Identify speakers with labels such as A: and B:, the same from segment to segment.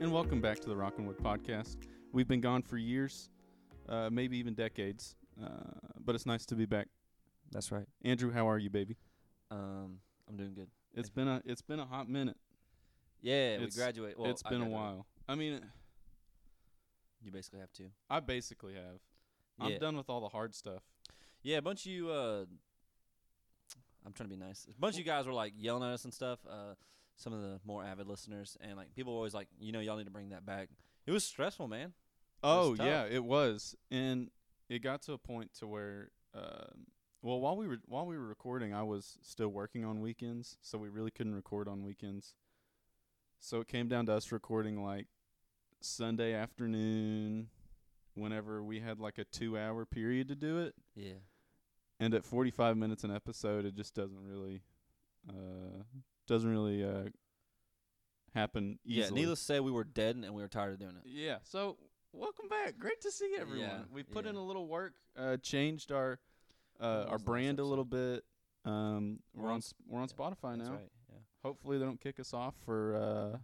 A: and welcome back to the Rock and Wood podcast. We've been gone for years, uh, maybe even decades, uh, but it's nice to be back.
B: That's right.
A: Andrew, how are you, baby?
B: Um, I'm doing good.
A: It's been a it's been a hot minute.
B: Yeah,
A: It's-
B: we graduate. Well,
A: it's
B: I
A: been a
B: graduated.
A: while. I mean,
B: You basically have to.
A: I basically have. I'm
B: Yeah.
A: done with all the hard stuff.
B: Yeah, a bunch of you. Uh, I'm trying to be nice. A bunch of you guys were like yelling at us and stuff. Uh, some of the more avid listeners and like people were always like, you know, y'all need to bring that back. It was stressful, man.
A: Oh
B: was tough.
A: yeah, it was, and it got to a point to where, um well, while we were while we were recording, I was still working on weekends, so we really couldn't record on weekends. So it came down to us recording like Sunday afternoon, whenever we had like a two-hour period to do it,
B: Yeah.
A: and at 45 minutes an episode, it just doesn't really, uh, doesn't really uh, happen easily.
B: Yeah. Needless to say, we were dead and we were tired of doing it.
A: Yeah. So welcome back. Great to see everyone.
B: Yeah,
A: we put
B: yeah.
A: in a little work, uh, changed our uh,
B: When
A: our
B: was the last
A: brand a little bit. Um, we're
B: We're
A: on
B: on
A: s- we're on
B: yeah,
A: Spotify
B: That's
A: now.
B: right. Yeah.
A: Hopefully they don't kick us off for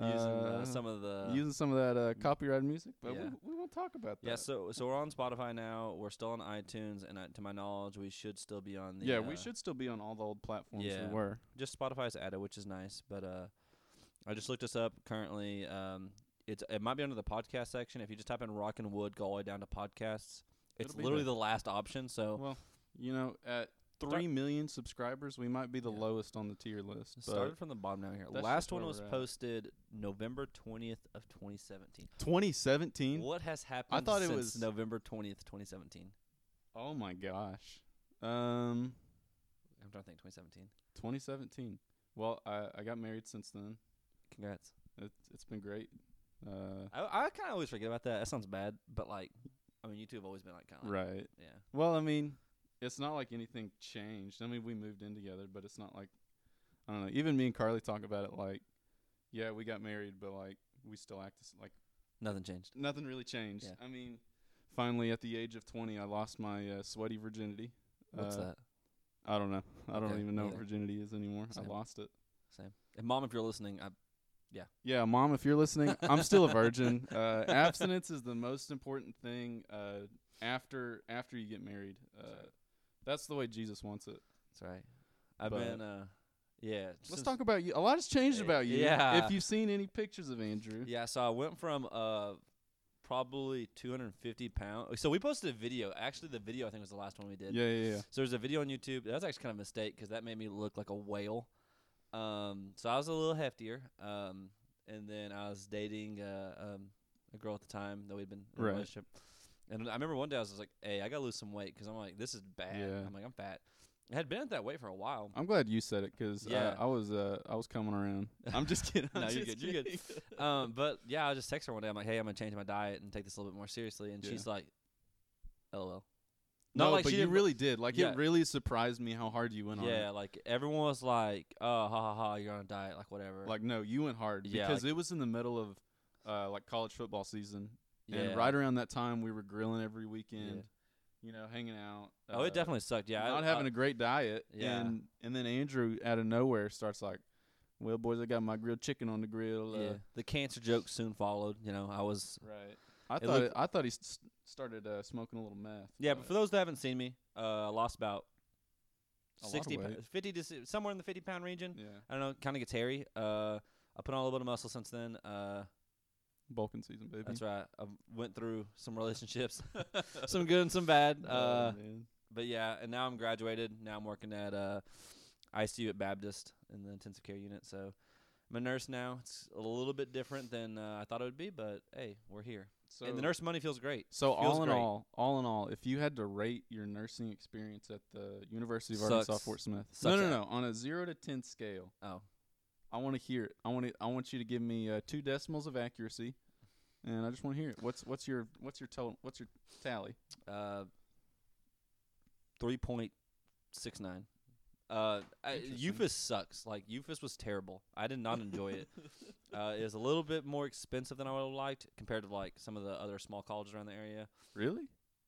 A: uh,
B: Using
A: uh,
B: uh, some of the
A: using some of that uh, copyrighted music, but
B: yeah.
A: we, we won't talk about that.
B: Yeah, so so we're on Spotify now. We're still on iTunes, and uh, to my knowledge, we should still be on the.
A: yeah,
B: uh,
A: we should still be on all the old platforms
B: yeah.
A: we were.
B: Just Spotify's added, which is nice. But uh, I just looked this up. Currently, um, it's it might be under the podcast section. If you just type in Rock and Wood, go all the way down to podcasts. It's
A: It'll be
B: literally
A: there.
B: the last option. So
A: Well, you know, at
B: Start-
A: three million subscribers, we might be the
B: Yeah.
A: lowest on the tier list.
B: started from the bottom down here.
A: that's
B: Last
A: just
B: one
A: where
B: was
A: we're at.
B: posted November twentieth of twenty seventeen.
A: 2017.
B: What has happened?
A: thought it
B: since
A: was-
B: November twentieth, twenty seventeen.
A: Oh my gosh. Um.
B: I'm trying to think. Twenty seventeen.
A: 2017. Well, I, I got married since then.
B: Congrats.
A: It, it's been great. Uh,
B: I I kind of always forget about that. That sounds bad, but like, I mean, you two have always been like kind of like,
A: right.
B: yeah.
A: Well, I mean, it's not like anything changed. I mean, we moved in together, but it's not like I don't know. Even me and Carly talk about it like, yeah, we got married, but like we still act as, like
B: Nothing changed.
A: nothing really changed.
B: Yeah.
A: I mean, finally at the age of 20, I lost my uh, sweaty virginity.
B: What's
A: Uh,
B: that?
A: I don't know. I don't
B: Okay,
A: even know what
B: neither.
A: virginity is anymore.
B: Same.
A: I lost it.
B: And Mom, if you're listening, I,
A: Yeah, mom, if you're listening, I'm still a virgin. Uh, abstinence is the most important thing uh, after after you get married. Uh,
B: That's right.
A: That's the way Jesus wants it.
B: that's right. I've
A: But-
B: been, uh, yeah.
A: Let's
B: since-
A: talk about you. A lot has changed
B: Eh,
A: about you.
B: yeah.
A: If you've seen any pictures of Andrew,
B: Yeah, so I went from uh, probably 250 pounds. So we posted a video. Actually, the video I think was the last one we did.
A: yeah, yeah, yeah.
B: So there's a video on YouTube. That was actually kind of a mistake because that made me look like a whale. Um, so I was a little heftier. Um, and then I was dating uh, um, a girl at the time that we'd been in
A: Right.
B: a relationship. And I remember one day I was just like, "Hey, I gotta lose some weight because I'm like, this is bad.
A: Yeah.
B: I'm like, I'm fat. I had been at that weight for a while.
A: I'm glad you said it because
B: Yeah.
A: I, was uh, I was coming around. I'm just kidding. I'm
B: No, you're
A: just
B: good, you're good.
A: kidding.
B: um, but yeah, I just text her one day. I'm like, "Hey, I'm gonna change my diet and take this a little bit more seriously." And
A: Yeah.
B: she's like, "LOL."
A: no,
B: Not like
A: but
B: she
A: you
B: didn't-
A: really did. Like
B: Yeah.
A: it really surprised me how hard you went on.
B: Yeah,
A: it.
B: like everyone was like, "Oh, ha ha ha, you're on a diet, like whatever."
A: Like no, you went hard
B: Yeah,
A: because it was in the middle of uh, like college football season,
B: yeah.
A: And right around that time, we were grilling every weekend,
B: Yeah.
A: you know, hanging out.
B: Oh,
A: uh,
B: it definitely sucked. Yeah,
A: not
B: I,
A: having
B: I,
A: a great diet.
B: Yeah.
A: And and then Andrew out of nowhere starts like, "Well, boys, I got my grilled chicken on the grill." Uh,
B: yeah. The cancer joke soon followed. You know, I was.
A: Right. I
B: It
A: thought
B: looked-
A: I thought he s started uh, smoking a little meth.
B: Yeah, but for those that haven't seen me, uh, I lost about
A: A lot of
B: 60, pa-
A: weight.
B: 50 to si- somewhere in the 50 pound region.
A: yeah,
B: I don't know, kind of gets hairy. Uh, I put on a little bit of muscle since then. Uh,
A: bulking season, baby.
B: that's right. I went through some relationships, some good and some bad. Uh,
A: Um,
B: but yeah, and now I'm graduated. Now I'm working at uh, ICU at Baptist in the intensive care unit. So I'm a nurse now. It's a little bit different than uh, I thought it would be, but hey, we're here.
A: so
B: and the nurse money feels great.
A: So
B: feels
A: all in
B: great.
A: all, all in all, if you had to rate your nursing experience at the University of Arkansas
B: Sucks.
A: Fort Smith, no,
B: Sucks
A: no,
B: at-
A: no, on a zero to ten scale,
B: Oh,
A: I want to hear it. I want it. I want you to give me uh, two decimals of accuracy, and I just want to hear it. What's what's your what's your total? What's your tally?
B: uh, three point six nine. Uh, I-
A: Interesting.
B: Euphis sucks. Like Euphis was terrible. I did not enjoy it. Uh, it was a little bit more expensive than I would have liked compared to like some of the other small colleges around the area.
A: Really?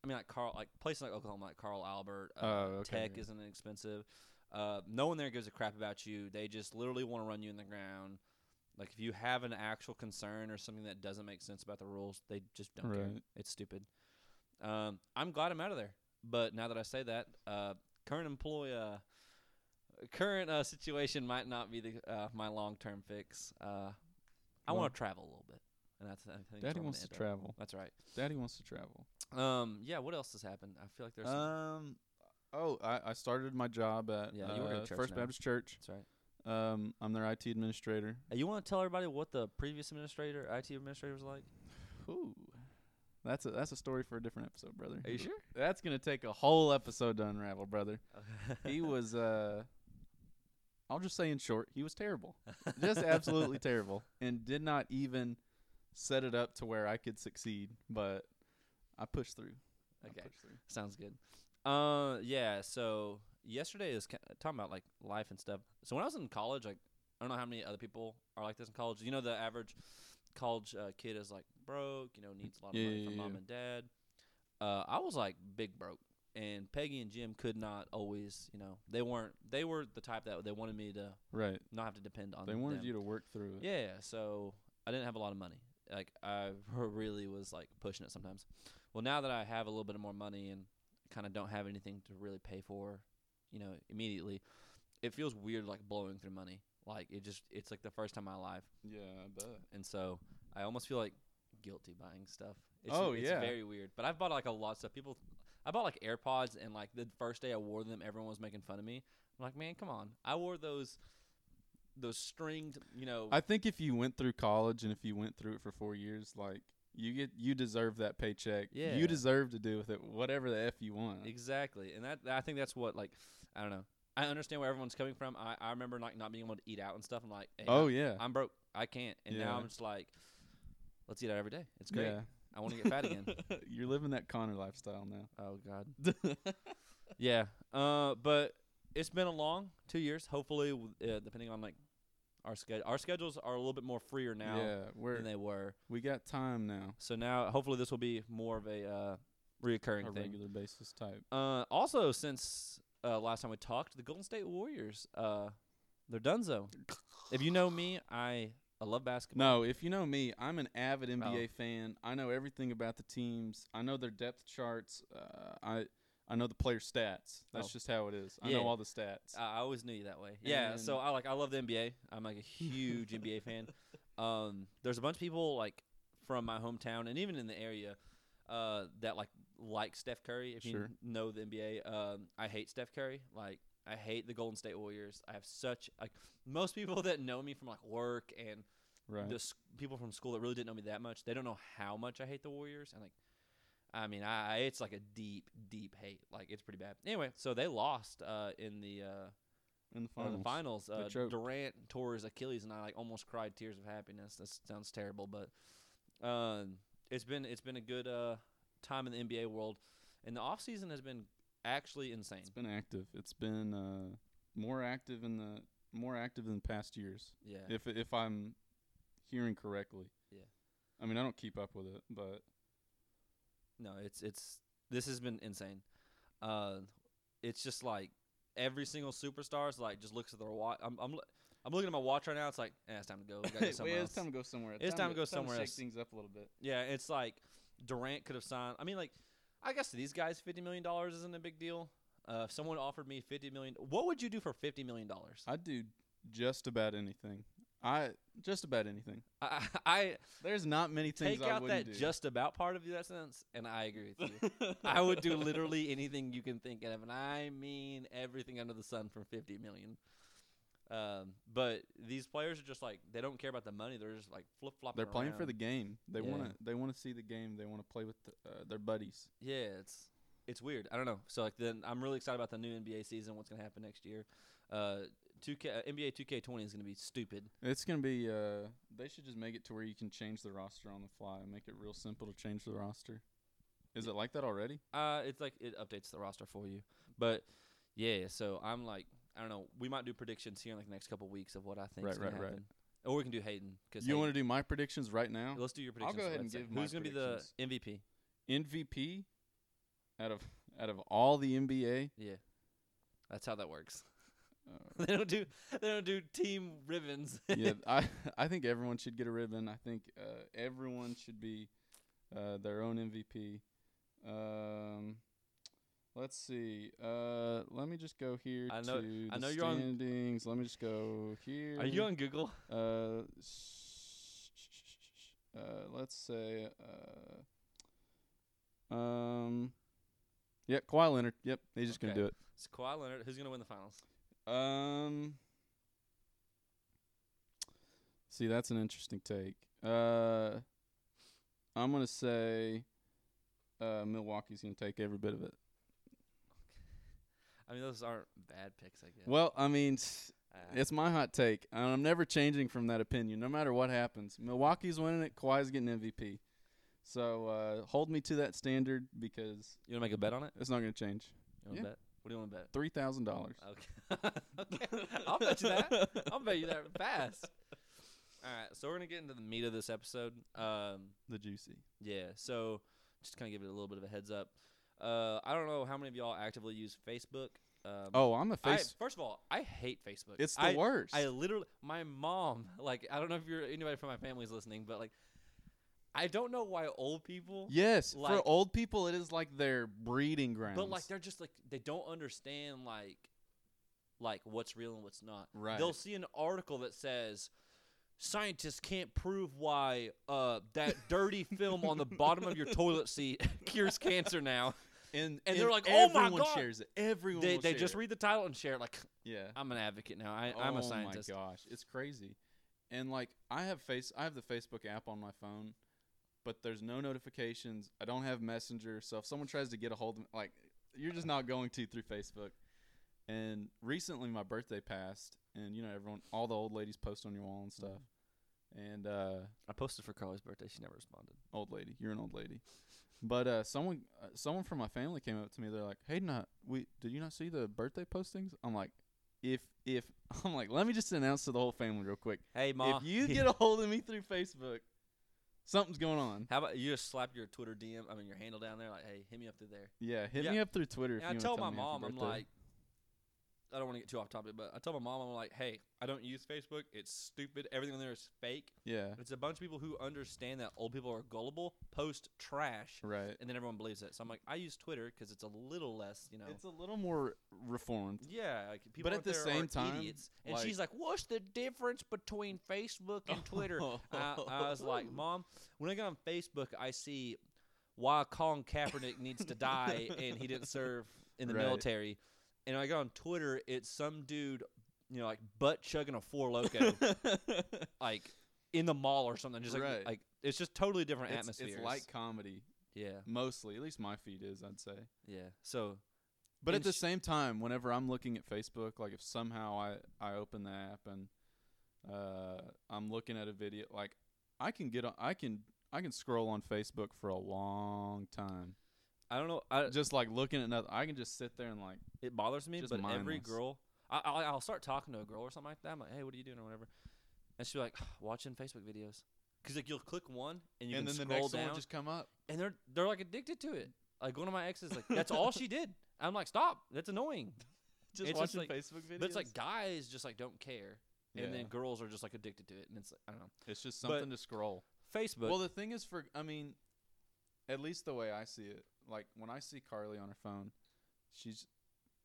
B: I mean, like Carl, like places like Oklahoma, like Carl Albert, uh,
A: Oh, okay,
B: Tech
A: yeah.
B: isn't expensive. Uh, no one there gives a crap about you. They just literally want to run you in the ground. Like if you have an actual concern or something that doesn't make sense about the rules, they just don't care.
A: Right.
B: It's stupid. Um, I'm glad I'm out of there. But now that I say that, uh, current employee, uh, current uh, situation might not be the uh, my long term fix. Uh, I
A: Well-
B: want to travel a little bit, and that's I think that's
A: Daddy
B: where I'm
A: wants
B: gonna
A: to
B: end up.
A: travel.
B: That's right.
A: Daddy wants to travel.
B: Um, yeah. What else has happened? I feel like there's. some-
A: Um, oh, I, I started my job at
B: Yeah, you work at
A: uh,
B: a church
A: First
B: now.
A: Baptist Church.
B: that's right.
A: Um, I'm their IT administrator.
B: Uh, you want to tell everybody what the previous administrator, IT administrator, was like?
A: Ooh, that's a that's a story for a different episode, brother.
B: Are you sure?
A: That's gonna take a whole episode to unravel, brother. He was uh, I'll just say in short, he was terrible, just absolutely terrible, and did not even set it up to where I could succeed. But I pushed through. I
B: Okay.
A: pushed through.
B: Sounds good. Uh, yeah. So yesterday is ki- talking about like life and stuff. So when I was in college, like I don't know how many other people are like this in college. You know, the average college uh, kid is like broke. You know, needs a lot of
A: Yeah,
B: money
A: yeah,
B: from
A: yeah,
B: mom
A: yeah.
B: and dad. Uh, I was like big broke, and Peggy and Jim could not always. You know, they weren't. They were the type that they wanted me to
A: Right.
B: not have to depend on.
A: They wanted
B: them.
A: you to work through it.
B: Yeah, so I didn't have a lot of money. Like I really was like pushing it sometimes. Well, now that I have a little bit more money and kind of don't have anything to really pay for, you know, immediately, it feels weird like blowing through money. Like it just it's like the first time in my life,
A: Yeah, I bet.
B: and so I almost feel like guilty buying stuff. It's,
A: Oh,
B: it's
A: yeah.
B: very weird. But I've bought like a lot of stuff. People, I bought like AirPods, and like the first day I wore them, everyone was making fun of me. I'm like, man, come on! I wore those those stringed, you know.
A: I think if you went through college and if you went through it for four years, like you get you deserve that paycheck.
B: Yeah.
A: You deserve to do with it whatever the f you want.
B: Exactly, and that I think that's what like I don't know. I understand where everyone's coming from. I, I remember like not being able to eat out and stuff. I'm like, hey,
A: oh
B: I'm,
A: yeah,
B: I'm broke. I can't. And
A: Yeah.
B: now I'm just like, let's eat out every day. It's great.
A: yeah.
B: I want to get fat again.
A: You're living that Connor lifestyle now.
B: Oh God. yeah. Uh, but it's been a long two years. Hopefully, w- uh, depending on like our schedule, our schedules are a little bit more freer now
A: yeah, we're
B: than they were.
A: we got time now.
B: So now, hopefully, this will be more of a uh, reoccurring
A: A
B: thing.
A: regular basis type.
B: Uh, also, since uh, last time we talked, the Golden State Warriors, uh, they're donezo. if you know me, I I love basketball.
A: No, if you know me, I'm an
B: Oh.
A: avid NBA fan. I know everything about the teams. I know their depth charts. Uh, I I know the player stats. That's
B: Oh.
A: just how it is. I
B: Yeah. Uh,
A: know all the stats.
B: I, I always knew you that way. Yeah, so
A: And-
B: I like I love the NBA. I'm like a huge NBA fan. Um, there's a bunch of people like from my hometown and even in the area uh, that like like Steph Curry. If
A: Sure.
B: you know the NBA, um, I hate Steph Curry. Like I hate the Golden State Warriors. I have such like most people that know me from like work and
A: right.
B: the s- people from school that really didn't know me that much, they don't know how much I hate the Warriors. And like, I mean, I, I it's like a deep, deep hate. Like it's pretty bad. Anyway, so they lost uh, in the uh,
A: in the
B: in
A: finals.
B: the finals. Uh,
A: choked.
B: Durant tore his Achilles, and I like almost cried tears of happiness. That sounds terrible, but um, it's been it's been a good uh, time in the NBA world, and the off season has been actually insane.
A: It's been active. It's been uh, more active in the more active than past years.
B: Yeah,
A: If if I'm hearing correctly.
B: Yeah.
A: I mean, I don't keep up with it, but
B: No, it's it's this has been insane. Uh, it's just like every single superstar is like just looks at their watch. I'm I'm, lo- I'm looking at my watch right now. It's like eh, it's time to go. We gotta do something
A: Well,
B: else.
A: it's time to go somewhere.
B: It's time to go somewhere
A: Shake
B: else.
A: things up a little bit.
B: yeah, it's like Durant could have signed. I mean, like I guess to these guys, fifty million dollars isn't a big deal. Uh, if someone offered me fifty million, what would you do for fifty million dollars?
A: I do just about anything. I just about anything.
B: I, I
A: There's not many things
B: take
A: I
B: out
A: wouldn't
B: that
A: do.
B: just about part of that sentence, and I agree with you. I would do literally anything you can think of, and I mean everything under the sun from 50 million. Um, but these players are just like they don't care about the money. They're just like flip flopping.
A: They're playing for the game. They
B: Yeah.
A: want to. They want to see the game. They want to play with uh, their buddies.
B: yeah. It's it's weird. I don't know. So like then I'm really excited about the new NBA season. What's gonna happen next year? Uh, 2K uh, NBA 2K20 is gonna be stupid.
A: It's gonna be. Uh, they should just make it to where you can change the roster on the fly and make it real simple to change the roster. Is it like that already?
B: Uh, it's like it updates the roster for you. But yeah, so I'm like, I don't know. We might do predictions here in like the next couple weeks of what I think
A: Right,
B: is gonna
A: right, right.
B: happen. Or we can do Hayden because
A: You want to do my predictions right now?
B: Let's do your
A: I'll
B: predictions.
A: go ahead
B: for
A: and
B: that
A: give
B: sec.
A: my
B: Who's going to be the
A: predictions.
B: MVP?
A: MVP out of out of all the NBA.
B: Yeah, that's how that works.
A: Uh,
B: they don't do they don't do team ribbons.
A: yeah, I I think everyone should get a ribbon. I think uh, everyone should be uh, their own MVP. Um, let's see. Uh, let me just go here
B: I know-
A: to
B: I
A: the
B: know you're on-
A: standings. Let me just go here.
B: Are you on Google?
A: Uh, sh- sh- sh- sh- sh- uh, let's say, uh, um, yep, Kawhi Leonard. Yep, he's just
B: Okay.
A: gonna do
B: It's Kawhi Leonard. Who's gonna win the finals?
A: it. Um, see, that's an interesting take. Uh, I'm gonna say, uh, Milwaukee's gonna take every bit of it.
B: I mean, those aren't bad picks, I guess.
A: Well, I mean,
B: Uh,
A: it's my hot take, and I'm never changing from that opinion, no matter what happens. Milwaukee's winning it. Kawhi's getting MVP. So uh, hold me to that standard because
B: you wanna make a bet on it?
A: it's not going to change.
B: You wanna
A: Yeah.
B: bet? What do you wanna bet?
A: Three thousand dollars.
B: Okay. okay. I'll bet you that. I'll bet you that fast. All right, so we're gonna get into the meat of this episode. Um,
A: The juicy.
B: yeah, so just kind of give it a little bit of a heads up. Uh, I don't know how many of y'all actively use Facebook. Um,
A: Oh, I'm a
B: I-
A: face.
B: first of all, I hate Facebook.
A: it's the
B: I,
A: worst.
B: I literally, my mom, like, I don't know if you're anybody from my family's listening, but like, I don't know why old people
A: yes, for
B: like-
A: old people, it is like their breeding grounds.
B: But like they're just like they don't understand like like what's real and what's not.
A: right.
B: They'll see an article that says scientists can't prove why uh, that dirty film on the bottom of your toilet seat cures cancer now.
A: and
B: and they're like, "Oh my
A: everyone
B: God."
A: shares it. Everyone.
B: They,
A: will
B: they
A: share
B: just
A: it.
B: read the title and share it like
A: Yeah.
B: I'm an advocate now. I, I'm a scientist.
A: Oh my gosh, it's crazy. And like I have face I have the Facebook app on my phone, but there's no notifications. I don't have Messenger, so if someone tries to get a hold of me, like you're just not going to through Facebook. And recently my birthday passed and you know everyone all the old ladies post on your wall and stuff. And uh
B: I posted for Carly's birthday. She never responded.
A: old lady. You're an old lady. But uh, someone, uh, someone from my family came up to me. They're like, "Hey, not we? Did you not see the birthday postings?" I'm like, "If if I'm like, let me just announce to the whole family real quick.
B: Hey ma,
A: If you get a hold of me through Facebook, somethinging's going on.
B: how about you just slap your Twitter DM? I mean your handle down there. Like hey, hit me up through there.
A: Yeah, hit
B: Yeah.
A: me up through Twitter. If
B: And I
A: you
B: tell
A: wanna tell me
B: my mom,
A: happy
B: I'm
A: birthday.
B: like, I don't want to get too off topic, but I tell my mom, I'm like, hey, I don't use Facebook. It's stupid. Everything on there is fake.
A: yeah,
B: It's a bunch of people who understand that old people are gullible, post trash,
A: right.
B: and then everyone believes it. So I'm like, I use Twitter because it's a little less, you know.
A: It's a little more reformed.
B: yeah, like people
A: at
B: out
A: the
B: there
A: same
B: are
A: time,
B: idiots. And
A: like-
B: she's like, "What's the difference between Facebook and Twitter?" I, I was like, "Mom, when I get on Facebook, I see why Colin Kaepernick needs to die and he didn't serve in the
A: Right.
B: military." And I go on Twitter, it's some dude, you know, like butt chugging a four loco, like in the mall or something. Just like,
A: Right.
B: like it's just totally different
A: it's,
B: atmospheres.
A: it's like comedy
B: yeah,
A: mostly. At least my feed is, I'd say.
B: yeah. So
A: But at
B: And
A: the
B: sh-
A: same time, whenever I'm looking at Facebook, like if somehow I I open the app and uh, I'm looking at a video, like I can get on, I can I can scroll on Facebook for a long time,
B: I don't know. I,
A: just like looking at nothing. I can just sit there and like,
B: it bothers me,
A: Just
B: but every
A: mindless.
B: girl, I, I, I'll start talking to a girl or something like that. I'm like, hey, what are you doing or whatever, and she'll be like, watching Facebook videos. Cause like you'll click one and you
A: and
B: can
A: then the
B: scroll
A: next one
B: down,
A: will just come up.
B: and they're they're like addicted to it. Like one of my exes, like that's all she did. I'm like, stop. That's annoying.
A: Just
B: It's just
A: watching
B: like-
A: Facebook videos.
B: But it's like guys just like don't care, and then
A: Yeah.
B: girls are just like addicted to it, and it's like, I don't know.
A: it's just
B: but-
A: something to scroll.
B: Facebook.
A: well, the thing is, for I mean, at least the way I see it, like when I see Carly on her phone, she's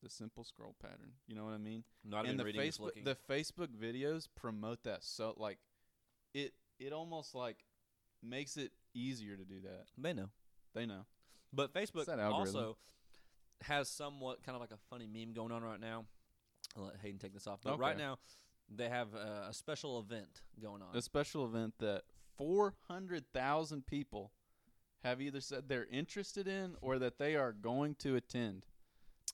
A: the simple scroll pattern. You know what I mean?
B: not
A: and
B: even
A: the
B: reading is
A: Facebook
B: looking.
A: the Facebook videos promote that so like it it almost like makes it easier to do that.
B: they know.
A: They know.
B: But Facebook
A: that algorithm.
B: also has somewhat kind of like a funny meme going on right now. I'll let Hayden take this off. But right
A: Okay.
B: now, they have uh, a special event going on.
A: A special event that 400,000 people have either said they're interested in or that they are going to attend.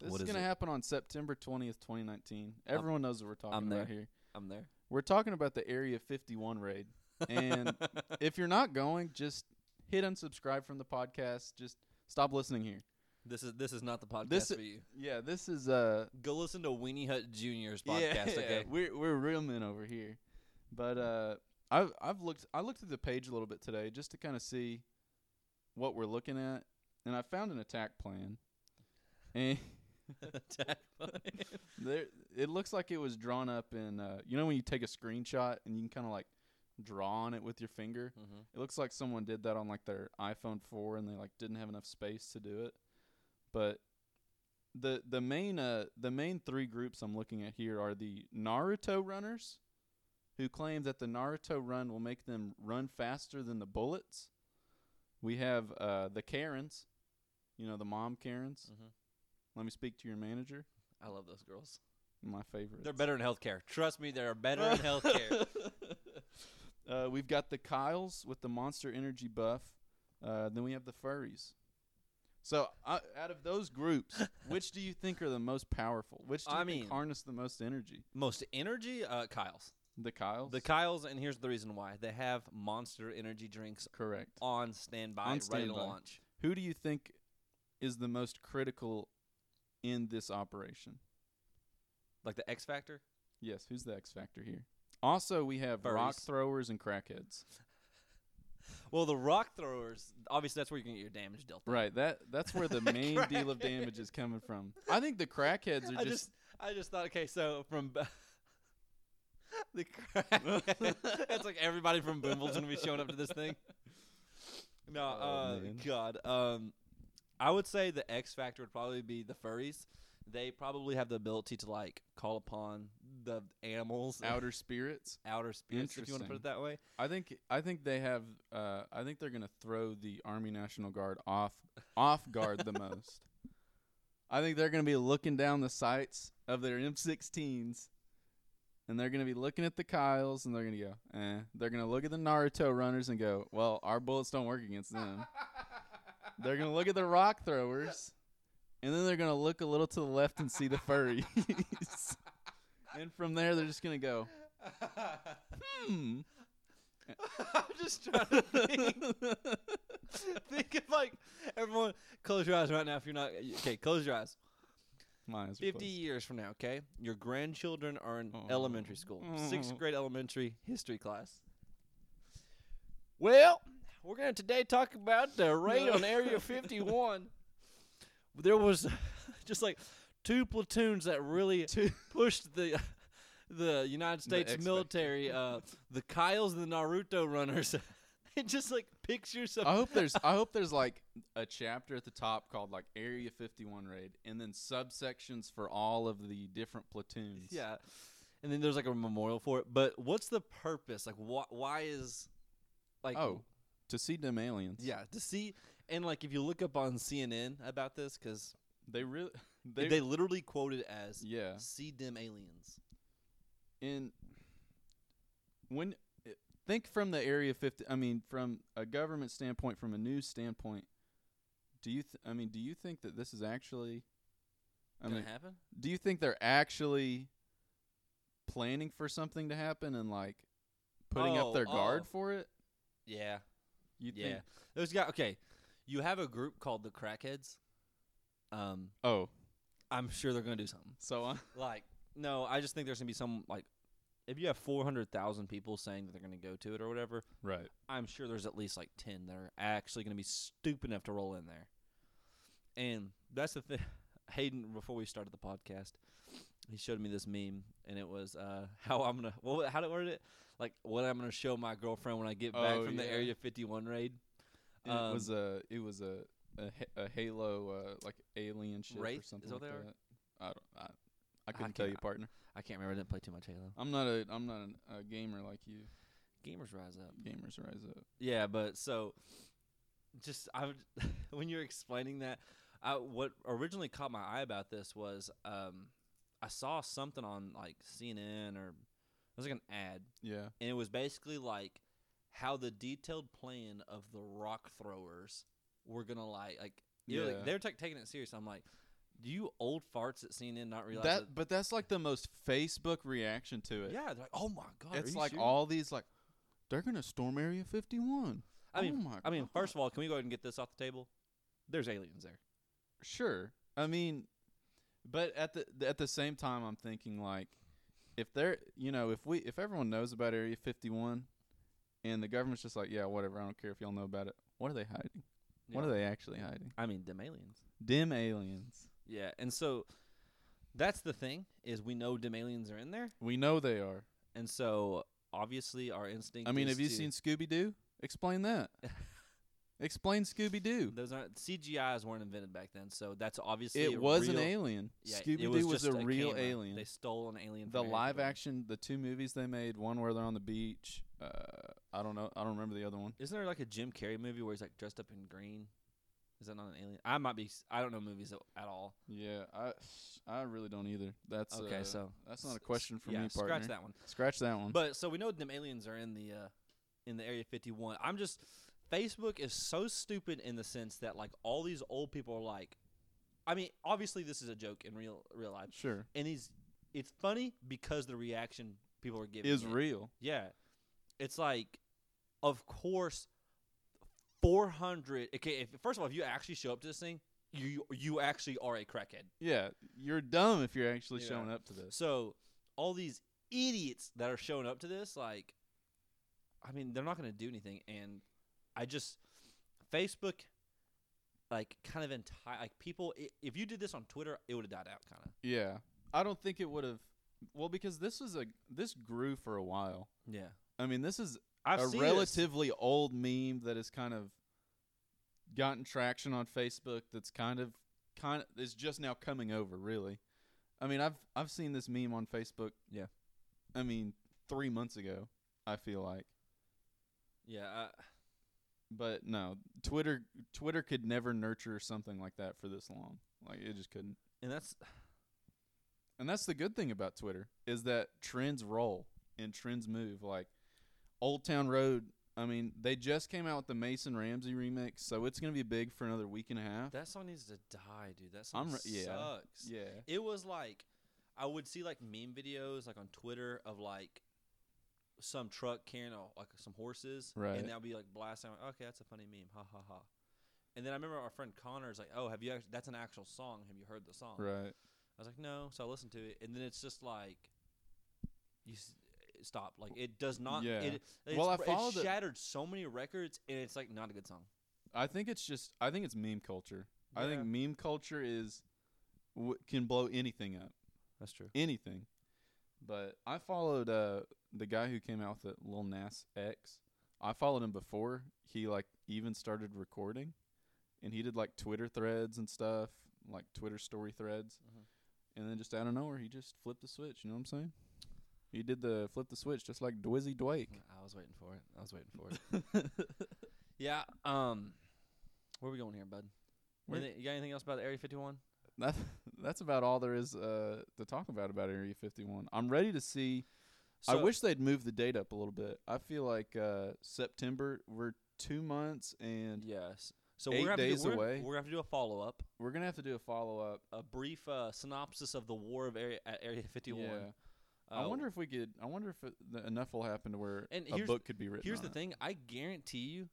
A: This
B: What
A: is
B: is
A: going to
B: it?
A: happen on September 20th, 2019. Everyone knows what we're talking
B: I'm
A: about
B: there.
A: here.
B: I'm there.
A: We're talking about the Area 51 raid. And if you're not going, just hit unsubscribe from the podcast. Just stop listening here.
B: this is this is not the podcast
A: This i-
B: for you.
A: Yeah, this is uh
B: Go listen to Weenie Hut Junior's podcast. okay.
A: We're we're real men over here. But uh I've I've looked I looked at the page a little bit today just to kind of see what we're looking at and I found an attack plan. And
B: tagline.
A: There, it looks like it was drawn up in. Uh, you know when you take a screenshot and you can kind of like draw on it with your finger.
B: Mhm.
A: It looks like someone did that on like their iPhone 4 and they like didn't have enough space to do it. But the the main uh the main three groups I'm looking at here are the Naruto runners who claim that the Naruto run will make them run faster than the bullets. We have uh the Karens, you know the mom Karens.
B: Mhm.
A: Let me speak to your manager.
B: I love those girls.
A: My favorite.
B: They're better in healthcare. Trust me, they are better in healthcare.
A: Uh, we've got the Kyles with the Monster Energy buff. Uh, then we have the Furries. So, uh, out of those groups, which do you think are the most powerful? Which do you
B: I
A: think
B: mean-
A: harness the most energy?
B: Most energy, uh, Kyle's.
A: The Kyles.
B: The Kyle's, and here's the reason why they have monster energy drinks
A: correct.
B: on standby,
A: On
B: ready to
A: standby.
B: launch.
A: Who do you think is the most critical in this operation?
B: Like the X Factor.
A: Yes, who's the X factor here? Also, we have rock
B: Furries.
A: throwers and crackheads.
B: Well, the rock throwers. Obviously, that's where you're gonna get your damage dealt.
A: Right, that that's where the main deal of damage is coming from. I think the crackheads are
B: I
A: just
B: just, I just thought, okay, so from b- the crack, that's like everybody from Bimble's gonna be showing up to this thing. No,
A: Oh,
B: uh,
A: man.
B: God, um, I would say the X factor would probably be the furries. They probably have the ability to like call upon the animals,
A: outer spirits.
B: outer spirits, if you want to put it
A: Interesting.
B: that way.
A: I think I think they have. Uh, I think they're gonna throw the Army National Guard off off guard the most. I think they're gonna be looking down the sights of their M16s, and they're gonna be looking at the Kyles, and they're gonna go, eh. They're gonna look at the Naruto runners and go, well, our bullets don't work against them. they're gonna look at the rock throwers, and then they're gonna look a little to the left and see the furries. and from there, they're just gonna go, hmm.
B: I'm just trying to think. think of like everyone. Close your eyes right now if you're not okay. Close your eyes.
A: My eyes are
B: Fifty
A: closed.
B: years from now, okay, your grandchildren are in
A: Oh.
B: elementary school, sixth
A: Oh.
B: grade elementary history class. Well, we're gonna today talk about the raid on Area 51. There was just like two platoons that really pushed the the United States
A: X
B: military, uh, the Kyles and the Naruto runners. and just like pictures of
A: I hope there's I hope there's like a chapter at the top called like Area 51 raid and then subsections for all of the different platoons.
B: Yeah. And then there's like a memorial for it. But what's the purpose? Like, wh- why is like
A: Oh, to see them aliens.
B: yeah to see and like if you look up on CNN about this because
A: They really
B: they,
A: they,
B: literally quote it as
A: yeah.
B: see them aliens.
A: And when think from the Area 50 I mean from a government standpoint from a news standpoint do you th- I mean do you think that this is actually I
B: Gonna
A: mean
B: happen?
A: do you think they're actually planning for something to happen and like putting
B: Oh,
A: up their guard
B: oh.
A: for it?
B: Yeah,
A: You
B: yeah.
A: think?
B: Those guys. Okay, you have a group called the Crackheads. Um,
A: Oh,
B: I'm sure they're gonna do something.
A: so uh,
B: Like, no, I just think there's gonna be some like, if you have four hundred thousand people saying that they're gonna go to it or whatever,
A: right.
B: I'm sure there's at least like 10 that are actually going to be stupid enough to roll in there. And that's the thing. Hayden, before we started the podcast, he showed me this meme, and it was uh, how I'm gonna what how to word it like what I'm gonna show my girlfriend when I get back
A: Oh,
B: from the
A: yeah.
B: Area 51 raid.
A: And it was
B: Um,
A: a it was a a, ha- a Halo uh, like alien ship
B: Wraith?
A: or
B: Is
A: something
B: that what
A: like
B: they are?
A: that. I don't. I, I couldn't tell
B: can't-
A: you, partner.
B: I can't remember. I didn't play too much Halo.
A: I'm not a I'm not an, a gamer like you.
B: Gamers rise up.
A: Gamers rise up.
B: Yeah, but so just I would, when you're explaining that, I, what originally caught my eye about this was um, I saw something on like CNN or it was like an ad,
A: Yeah.
B: and it was basically like how the detailed plan of the rock throwers were gonna like like, you know, like
A: Yeah.
B: they're t- taking it serious. I'm like, do you old farts at CNN not realize
A: That
B: that?
A: but that's like the most Facebook reaction to it.
B: Yeah, they're like, oh my god, are
A: It's
B: you
A: like
B: serious?"
A: all these like they're gonna storm Area 51.
B: I mean,
A: oh my
B: I mean,
A: God.
B: first of all, can we go ahead and get this off the table? There's aliens there.
A: sure i mean but at the at the same time i'm thinking like if they're you know if we if everyone knows about area 51 and the government's just like yeah whatever i don't care if y'all know about it what are they hiding what
B: Yeah.
A: are they actually hiding
B: I mean, them aliens.
A: dim aliens
B: Yeah, and so that's the thing is we know Demalians are in there,
A: We know they are.
B: and so obviously our instinct.
A: I mean,
B: is
A: have you
B: to-
A: seen Scooby Doo? Explain that. Explain Scooby Doo.
B: Those aren't CGIs weren't invented back then, so that's obviously
A: It
B: a
A: was
B: real,
A: an alien.
B: Yeah, it
A: Scooby Doo was,
B: just
A: a real
B: camera.
A: alien.
B: They stole an alien.
A: the
B: from Harry
A: live
B: Potter.
A: action, the two movies they made, one where they're on the beach. Uh, I don't know. I don't remember the other one.
B: Isn't there like a Jim Carrey movie where he's like dressed up in green? Is that not an alien? I might be. s- I don't know movies at- at all.
A: Yeah, I I really don't either. That's
B: okay,
A: uh,
B: so
A: that's not
B: s-
A: a
B: s-
A: question for
B: yeah,
A: me, partner.
B: Scratch that one.
A: Scratch that one.
B: But so we know them aliens are in the uh, in the Area 51. I'm just Facebook is so stupid in the sense that like all these old people are like, I mean, obviously this is a joke in real real life,
A: sure,
B: and he's it's funny because the reaction people are giving
A: is
B: it.
A: real.
B: Yeah, it's like, of course, 400. Okay, if, first of all, if you actually show up to this thing, you you actually are a crackhead.
A: Yeah, you're dumb if you're actually
B: Yeah.
A: showing up to this.
B: So all these idiots that are showing up to this, like, I mean, they're not going to do anything. And I just Facebook, like, kind of entire like people. i if you did this on Twitter, it would have died out, kind of.
A: Yeah, I don't think it would have. Well, because this was a this grew for a while.
B: Yeah,
A: I mean, this is
B: I've
A: a
B: seen
A: relatively old meme that has kind of gotten traction on Facebook. That's kind of kind of is just now coming over. Really, I mean, I've I've seen this meme on Facebook.
B: Yeah.
A: I mean, three months ago, I feel like,
B: This. Yeah, I,
A: but no, Twitter Twitter could never nurture something like that for this long. Like it just couldn't.
B: and that's
A: And that's the good thing about Twitter is that trends roll and trends move. Like Old Town Road, I mean, they just came out with the Mason Ramsey remix, so it's gonna be big for another week and a half.
B: that song needs to die, dude. That song
A: I'm re- yeah.
B: sucks.
A: yeah,
B: It was like I would see like meme videos like on Twitter of like some truck carrying a, like some horses,
A: Right.
B: And that would be like blasting. Like, okay, that's a funny meme. Ha ha ha. And then I remember our friend Connor's like, "Oh, have you? Actually, that's an actual song. Have you heard the song?"
A: right.
B: I was like, "No." So I listened to it, and then it's just like you s- stop. Like it does not.
A: Yeah.
B: It, it's,
A: Well, I
B: br-
A: follow
B: it
A: the-
B: shattered so many records, and it's like not a good song.
A: I think it's just I think it's meme culture. I
B: Yeah.
A: think meme culture is w- can blow anything up,
B: That's true.
A: anything. But I followed uh the guy who came out with it, Lil Nas X. I followed him before he like even started recording, and he did like Twitter threads and stuff, like Twitter story threads,
B: Mhm.
A: and then just out of nowhere he just flipped the switch. You know what I'm saying? He did the flip the switch just like Dwizzy Drake.
B: I was waiting for it. I was waiting for it. yeah. Um, where we going here, bud?
A: We're-
B: Anything- you got anything else about Area 51?
A: That that's about all there is uh to talk about about Area 51. I'm ready to see. I wish they'd move the date up a little bit. I feel like uh September we're two months and
B: Yes. So
A: Eight
B: we're gonna have
A: days
B: to do, we're,
A: away.
B: We're gonna have to do a follow up,
A: we're gonna have to do a follow up.
B: a brief uh, synopsis of the war of area at Area 51.
A: I
B: Uh,
A: wonder if we could. I wonder if it, the, enough will happen to where
B: And
A: a
B: here's-
A: book could be written.
B: Here's
A: on
B: the
A: it.
B: thing. I guarantee you,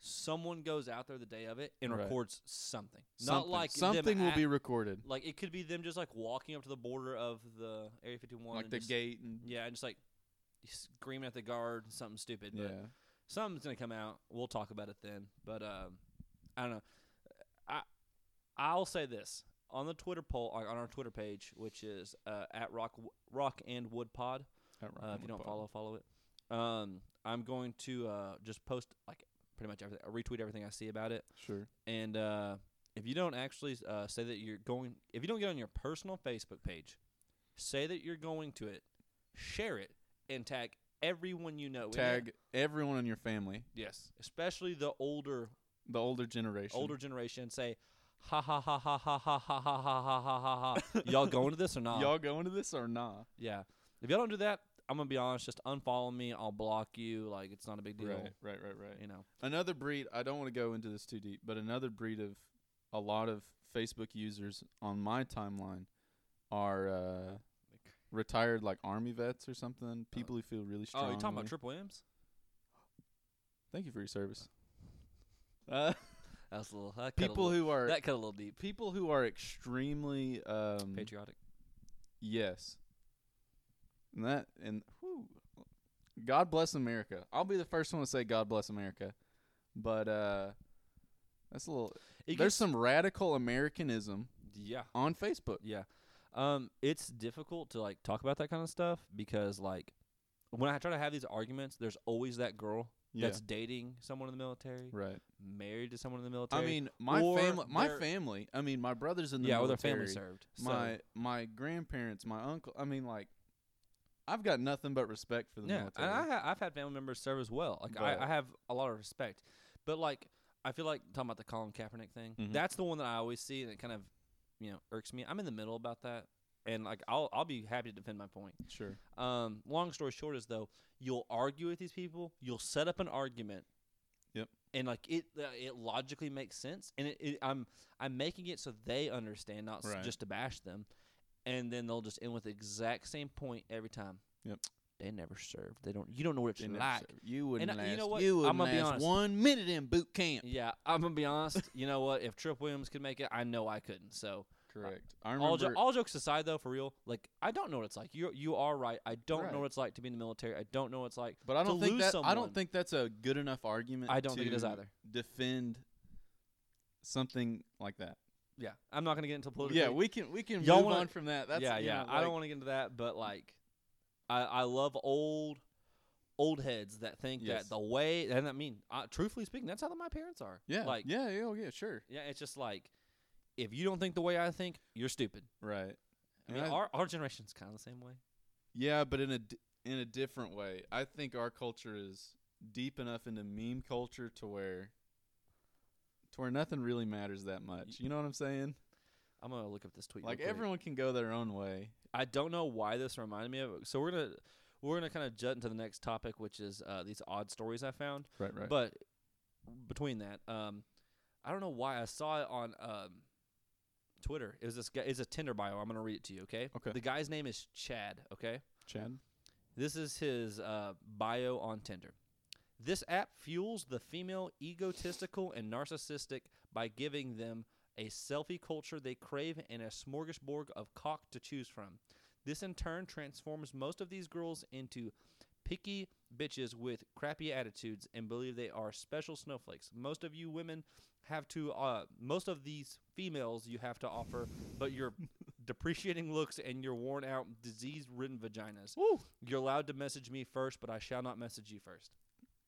B: someone goes out there the day of it and
A: Right.
B: records something. Not
A: Something-
B: like them
A: something will
B: at-
A: be recorded,
B: like it could be them just like walking up to the border of the Area 51,
A: like
B: and
A: the
B: just-
A: gate and
B: Yeah, and just like screaming at the guard, something stupid.
A: yeah.
B: But something's gonna come out. We'll talk about it then. But um, I don't know. I I'll say this on the Twitter poll on on our Twitter page, which is uh, at rock rock and wood pod.
A: At
B: Uh, if you
A: Rockland
B: don't
A: Park.
B: follow, follow it. Um, I'm going to uh, just post like pretty much everything, retweet everything I see about it.
A: sure.
B: And uh, if you don't actually uh, say that you're going, if you don't get on your personal Facebook page, say that you're going to it, share it, and tag everyone you know. in it.
A: Tag everyone in your family,
B: Yes, especially the older
A: the older generation.
B: older generation. Say, ha ha ha ha ha ha ha ha ha ha ha ha ha. Y'all going to this or not?
A: y'all going to this or nah?
B: yeah. If y'all don't do that, I'm gonna be honest. Just unfollow me. I'll block you. Like it's not a big deal.
A: Right, right, right, right.
B: You know.
A: another breed i don't want to go into this too deep but another breed of a lot of facebook users on my timeline are uh, retired like army vets or something people who feel really strong
B: Oh, you talking about Triple M's?
A: thank you for your service uh,
B: That was a little. That cut a
A: people
B: little,
A: who are
B: Oh. that cut a little deep.
A: people who are extremely um,
B: Patriotic.
A: yes and that and whew, god bless america i'll be the first one to say god bless america but uh that's a little
B: It
A: there's
B: gets-
A: some radical Americanism
B: Yeah.
C: on Facebook.
B: Yeah. Um, it's difficult to like talk about that kind of stuff because like when I try to have these arguments, there's always that girl
A: Yeah.
B: that's dating someone in the military,
A: right.
B: married to someone in the military.
C: I mean, my
B: Or
C: family, my
B: they're-
C: family. I mean, my brothers in the
B: yeah, or
C: military,
B: their family served. So,
C: my
A: My my grandparents, my uncle. I mean, like, I've got nothing but respect for the
B: yeah,
A: military.
B: and I ha- I've had family members serve as well. Like
A: But-
B: I, I have a lot of respect, but like I feel like talking about the Colin Kaepernick thing.
A: Mhm.
B: That's the one that I always see, and it kind of you know irks me. I'm in the middle about that, and like I'll I'll be happy to defend my point.
A: sure.
B: Um, long story short is though, you'll argue with these people. You'll set up an argument.
A: Yep.
B: And like it, uh, it logically makes sense, and it, it, I'm I'm making it so they understand, not s
A: Right.
B: just to bash them, and then they'll just end with the exact same point every time.
A: Yep.
B: They never served. They don't. You don't know what it's
A: They never
B: like.
A: serve. You wouldn't
B: I-
A: last.
B: uh, you know what?
C: You wouldn't
B: I'm gonna be
C: last
B: honest.
C: one minute in boot camp.
B: Yeah, I'm gonna be honest. you know what? If Trip Williams could make it, I know I couldn't. So
A: Correct. I
B: all,
A: remember.
B: jo- all jokes aside, though, for real, like I don't know what it's like. You you are right. I don't
A: Right.
B: know what it's like to be in the military. I don't know what it's like.
A: but I
B: to
A: don't think
B: lose
A: that I
B: someone-
A: don't think that's a good enough argument.
B: I don't think it is
A: to
B: either.
A: Defend something like that.
B: Yeah, I'm not gonna get into political.
A: Yeah, we can we can
B: Y'all
A: move
B: wanna-
A: on from that. That's
B: yeah,
A: you
B: yeah.
A: know,
B: I
A: like-
B: don't want to get into that, but like, I I love old old heads that think
A: Yes.
B: that the way and I mean, I, truthfully speaking, that's how my parents are.
A: Yeah,
B: like
A: yeah, yeah, oh, yeah, sure.
B: yeah, it's just like if you don't think the way I think, you're stupid.
A: Right.
B: I
A: And
B: mean,
A: I-
B: our our generation's kind of the same way.
A: Yeah, but in a d- in a different way. I think our culture is deep enough into meme culture to where to where nothing really matters that much. You know what I'm saying?
B: I'm gonna look up this tweet. real
A: Like
B: quick.
A: everyone can go their own way.
B: I don't know why this reminded me of. it. So we're gonna we're gonna kind of jut into the next topic, which is uh, these odd stories I found.
A: Right, right.
B: But between that, um, I don't know why I saw it on um, Twitter. It was this guy. It's a Tinder bio. I'm gonna read it to you. Okay.
A: Okay.
B: The guy's name is Chad. Okay.
A: Chad.
B: This is his uh, bio on Tinder. This app fuels the female egotistical and narcissistic by giving them a selfie culture they crave and a smorgasbord of cock to choose from. This in turn transforms most of these girls into picky bitches with crappy attitudes and believe they are special snowflakes. Most of you women have to, uh, most of these females you have to offer, but your depreciating looks and your worn out, disease ridden vaginas.
A: Woo.
B: You're allowed to message me first, but I shall not message you first.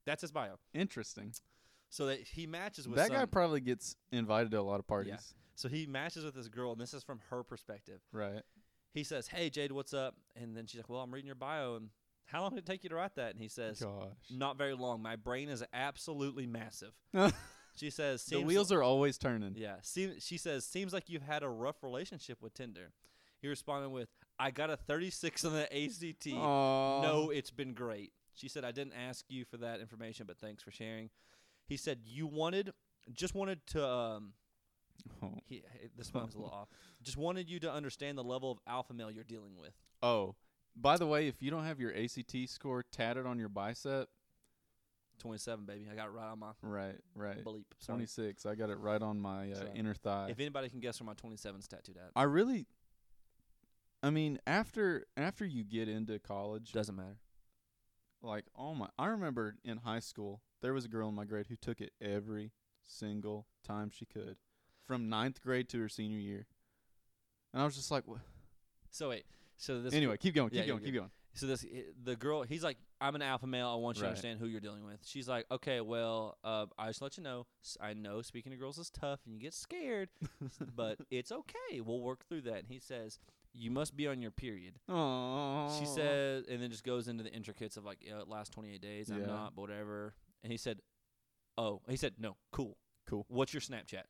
B: That's his bio.
A: Interesting.
B: So that he matches with
A: That
B: some,
A: guy probably gets invited to a lot of parties.
B: so he matches with this girl, and this is from her perspective.
A: Right.
B: He says, "Hey Jade, what's up?" And then she's like, "Well, I'm reading your bio, and how long did it take you to write that?" And he says,
A: Gosh.
B: "Not very long. My brain is absolutely massive." She says,
A: the
B: "Seems
A: wheels are always turning.
B: Yeah. Seem, she says, seems like you've had a rough relationship with Tinder. He responded with, I got a 36 on the ACT.
A: Oh, Aw.
B: No, it's been great. She said, I didn't ask you for that information, but thanks for sharing. He said, You wanted, just wanted to, um,
A: Oh.
B: he, hey, this one's a little off. Just wanted you to understand the level of alpha male you're dealing with.
A: oh. By the way, if you don't have your ACT score tatted on your bicep,
B: 27, baby. I got it right on my
A: right, right.
B: bleep. Sorry.
A: 26. I got it right on my uh,
B: Sorry.
A: inner thigh.
B: If anybody can guess where my 27's tattooed at,
A: I really I mean after after you get into college
B: doesn't matter.
A: like oh my I remember in high school there was a girl in my grade who took it every single time she could from ninth grade to her senior year and I was just like what?
B: So, wait. So this
A: anyway keep going keep
B: yeah, you're
A: going keep going
B: So this i- the girl, he's like, I'm an alpha male. I want you
A: Right.
B: to understand who you're dealing with. She's like, okay, well, uh, I just let you know. s- I know speaking to girls is tough and you get scared, but it's okay. We'll work through that. And he says, you must be on your period.
A: oh
B: She says, and then just goes into the intricates of like, yeah, it lasts 28 days.
A: Yeah.
B: I'm not, but whatever. And he said, oh, he said, no, cool,
A: Cool.
B: What's your Snapchat?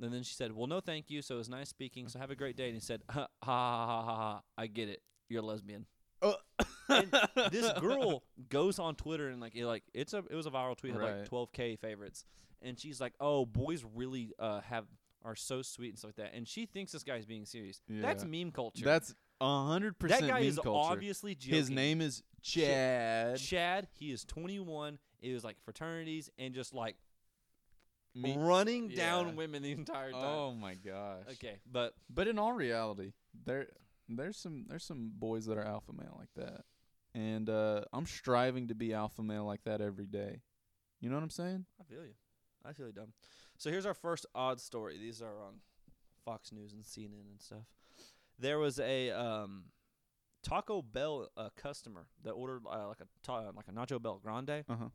B: And then she said, well, no, thank you. So it was nice speaking. So have a great day. And he said, ha ha ha ha ha. I get it. You're a lesbian and this girl goes on Twitter and like it like it's a it was a viral tweet had
A: Right.
B: like 12k favorites and she's like oh boys really uh have are so sweet and stuff like that and she thinks this guy's being serious that's
A: Yeah.
B: meme culture
A: that's a hundred
B: that
A: percent
B: guy
A: meme
B: is
A: culture
B: obviously joking.
A: his name is Chad
B: Chad he is 21 it was like fraternities and just like
A: Me-
B: running
A: yeah.
B: down women the entire time
A: oh my gosh
B: okay but
A: But in all reality, there there's some there's some boys that are alpha male like that, and uh, I'm striving to be alpha male like that every day. You know what I'm saying?
B: I feel you I feel you dumb so here's our first odd story these are on Fox News and CNN and stuff. There was a um, Taco Bell uh, customer that ordered uh, like a ta- like a Nacho Bell Grande.
A: Uh huh.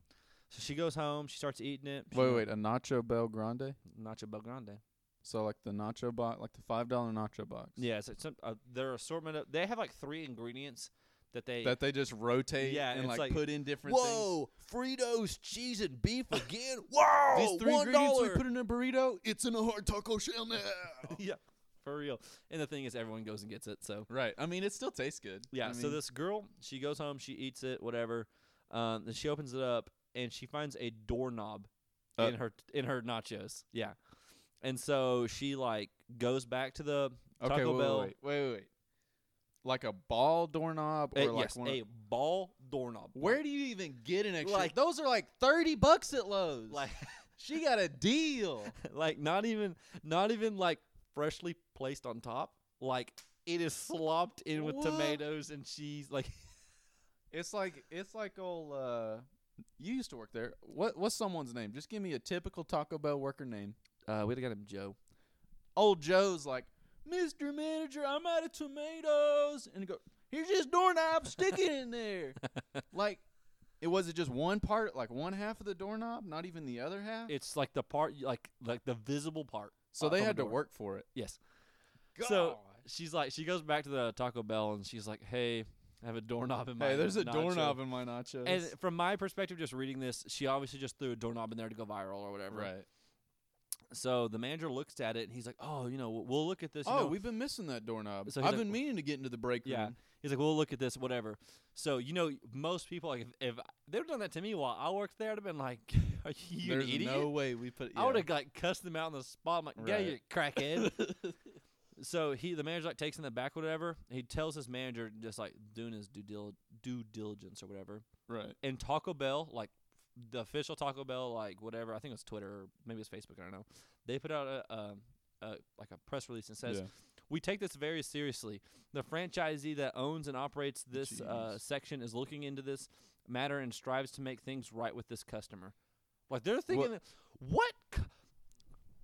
B: So she goes home, she starts eating it. she-
A: Wait, wait, a nacho bel grande.
B: Nacho Bell Grande.
A: So like the nacho box, like the five dollar nacho box.
B: Yeah, so it's some, uh, their assortment. Of, they have like three ingredients that they.
A: That they just rotate
B: Yeah,
A: and,
B: it's
A: like,
B: like,
A: put in different things.
C: Whoa, Fritos, cheese, and beef again. Whoa,
A: These three
C: one
A: ingredients
C: dollar.
A: we put in a burrito.
C: it's in a hard taco shell now.
B: yeah, for real. And the thing is, everyone goes and gets it. So
A: Right. I mean, it still tastes good.
B: Yeah.
A: I
B: so
A: mean,
B: this girl, she goes home, she eats it, whatever. Um, then she opens it up and she finds a doorknob
A: Uh.
B: in her in her nachos. Yeah. And so she like goes back to the
A: okay,
B: Taco
A: wait,
B: Bell.
A: Wait, wait, wait, wait. Like a ball doorknob or
B: a-
A: like
B: eh, yes,
A: one. of-
B: a ball doorknob.
A: where do you even get an extra?
B: Like-
A: those are like thirty bucks at Lowe's.
B: like
A: she got a deal.
B: like not even not even like freshly placed on top. Like it is slopped in with
A: What?
B: tomatoes and cheese. Like
A: It's like it's like old. Uh, you used to work there. What what's someone's name? Just give me a typical Taco Bell worker name.
B: uh, we got him Joe.
A: Old Joe's like, Mister Manager, I'm out of tomatoes, and go. Here's this doorknob. Stick it in there. like, it was it just one part, like one half of the doorknob, not even the other half.
B: It's like the part like like the visible part.
A: so
B: uh,
A: they
B: from
A: had
B: the
A: to
B: door.
A: work for it.
B: Yes. So she's like, she goes back to the Taco Bell and she's like, "Hey, I have a doorknob in my
A: Hey, there's a
B: nacho."
A: doorknob in my nachos.
B: And from my perspective, just reading this, she obviously just threw a doorknob in there to go viral or whatever.
A: right.
B: So the manager looks at it and he's like, "Oh, you know, we'll- we'll look at this." you
A: Oh,
B: know,
A: we've been missing that doorknob.
B: So he's
A: I've
B: like-
A: been meaning to get into the break room.
B: Yeah. He's like, "We'll look at this, whatever." So you know, most people like if, if they would have done that to me while I worked there, I'd have been like, "Are you
A: There's
B: an idiot?"
A: no way we put.
B: I would
A: yeah.
B: have like cussed them out on the spot. I'm like, "Yeah,
A: Right.
B: you crackhead." so he, the manager, like takes him in the back, whatever. He tells his manager just like doing his due dil- due diligence or whatever.
A: right.
B: and Taco Bell, like the official Taco Bell, like whatever, I think it was Twitter or maybe it's Facebook, I don't know. They put out a, um a like a press release and says,
A: Yeah.
B: "We take this very seriously. The franchisee that owns and operates this uh,
A: Jeez.
B: section is looking into this matter and strives to make things right with this customer." Like they're thinking, that- what, c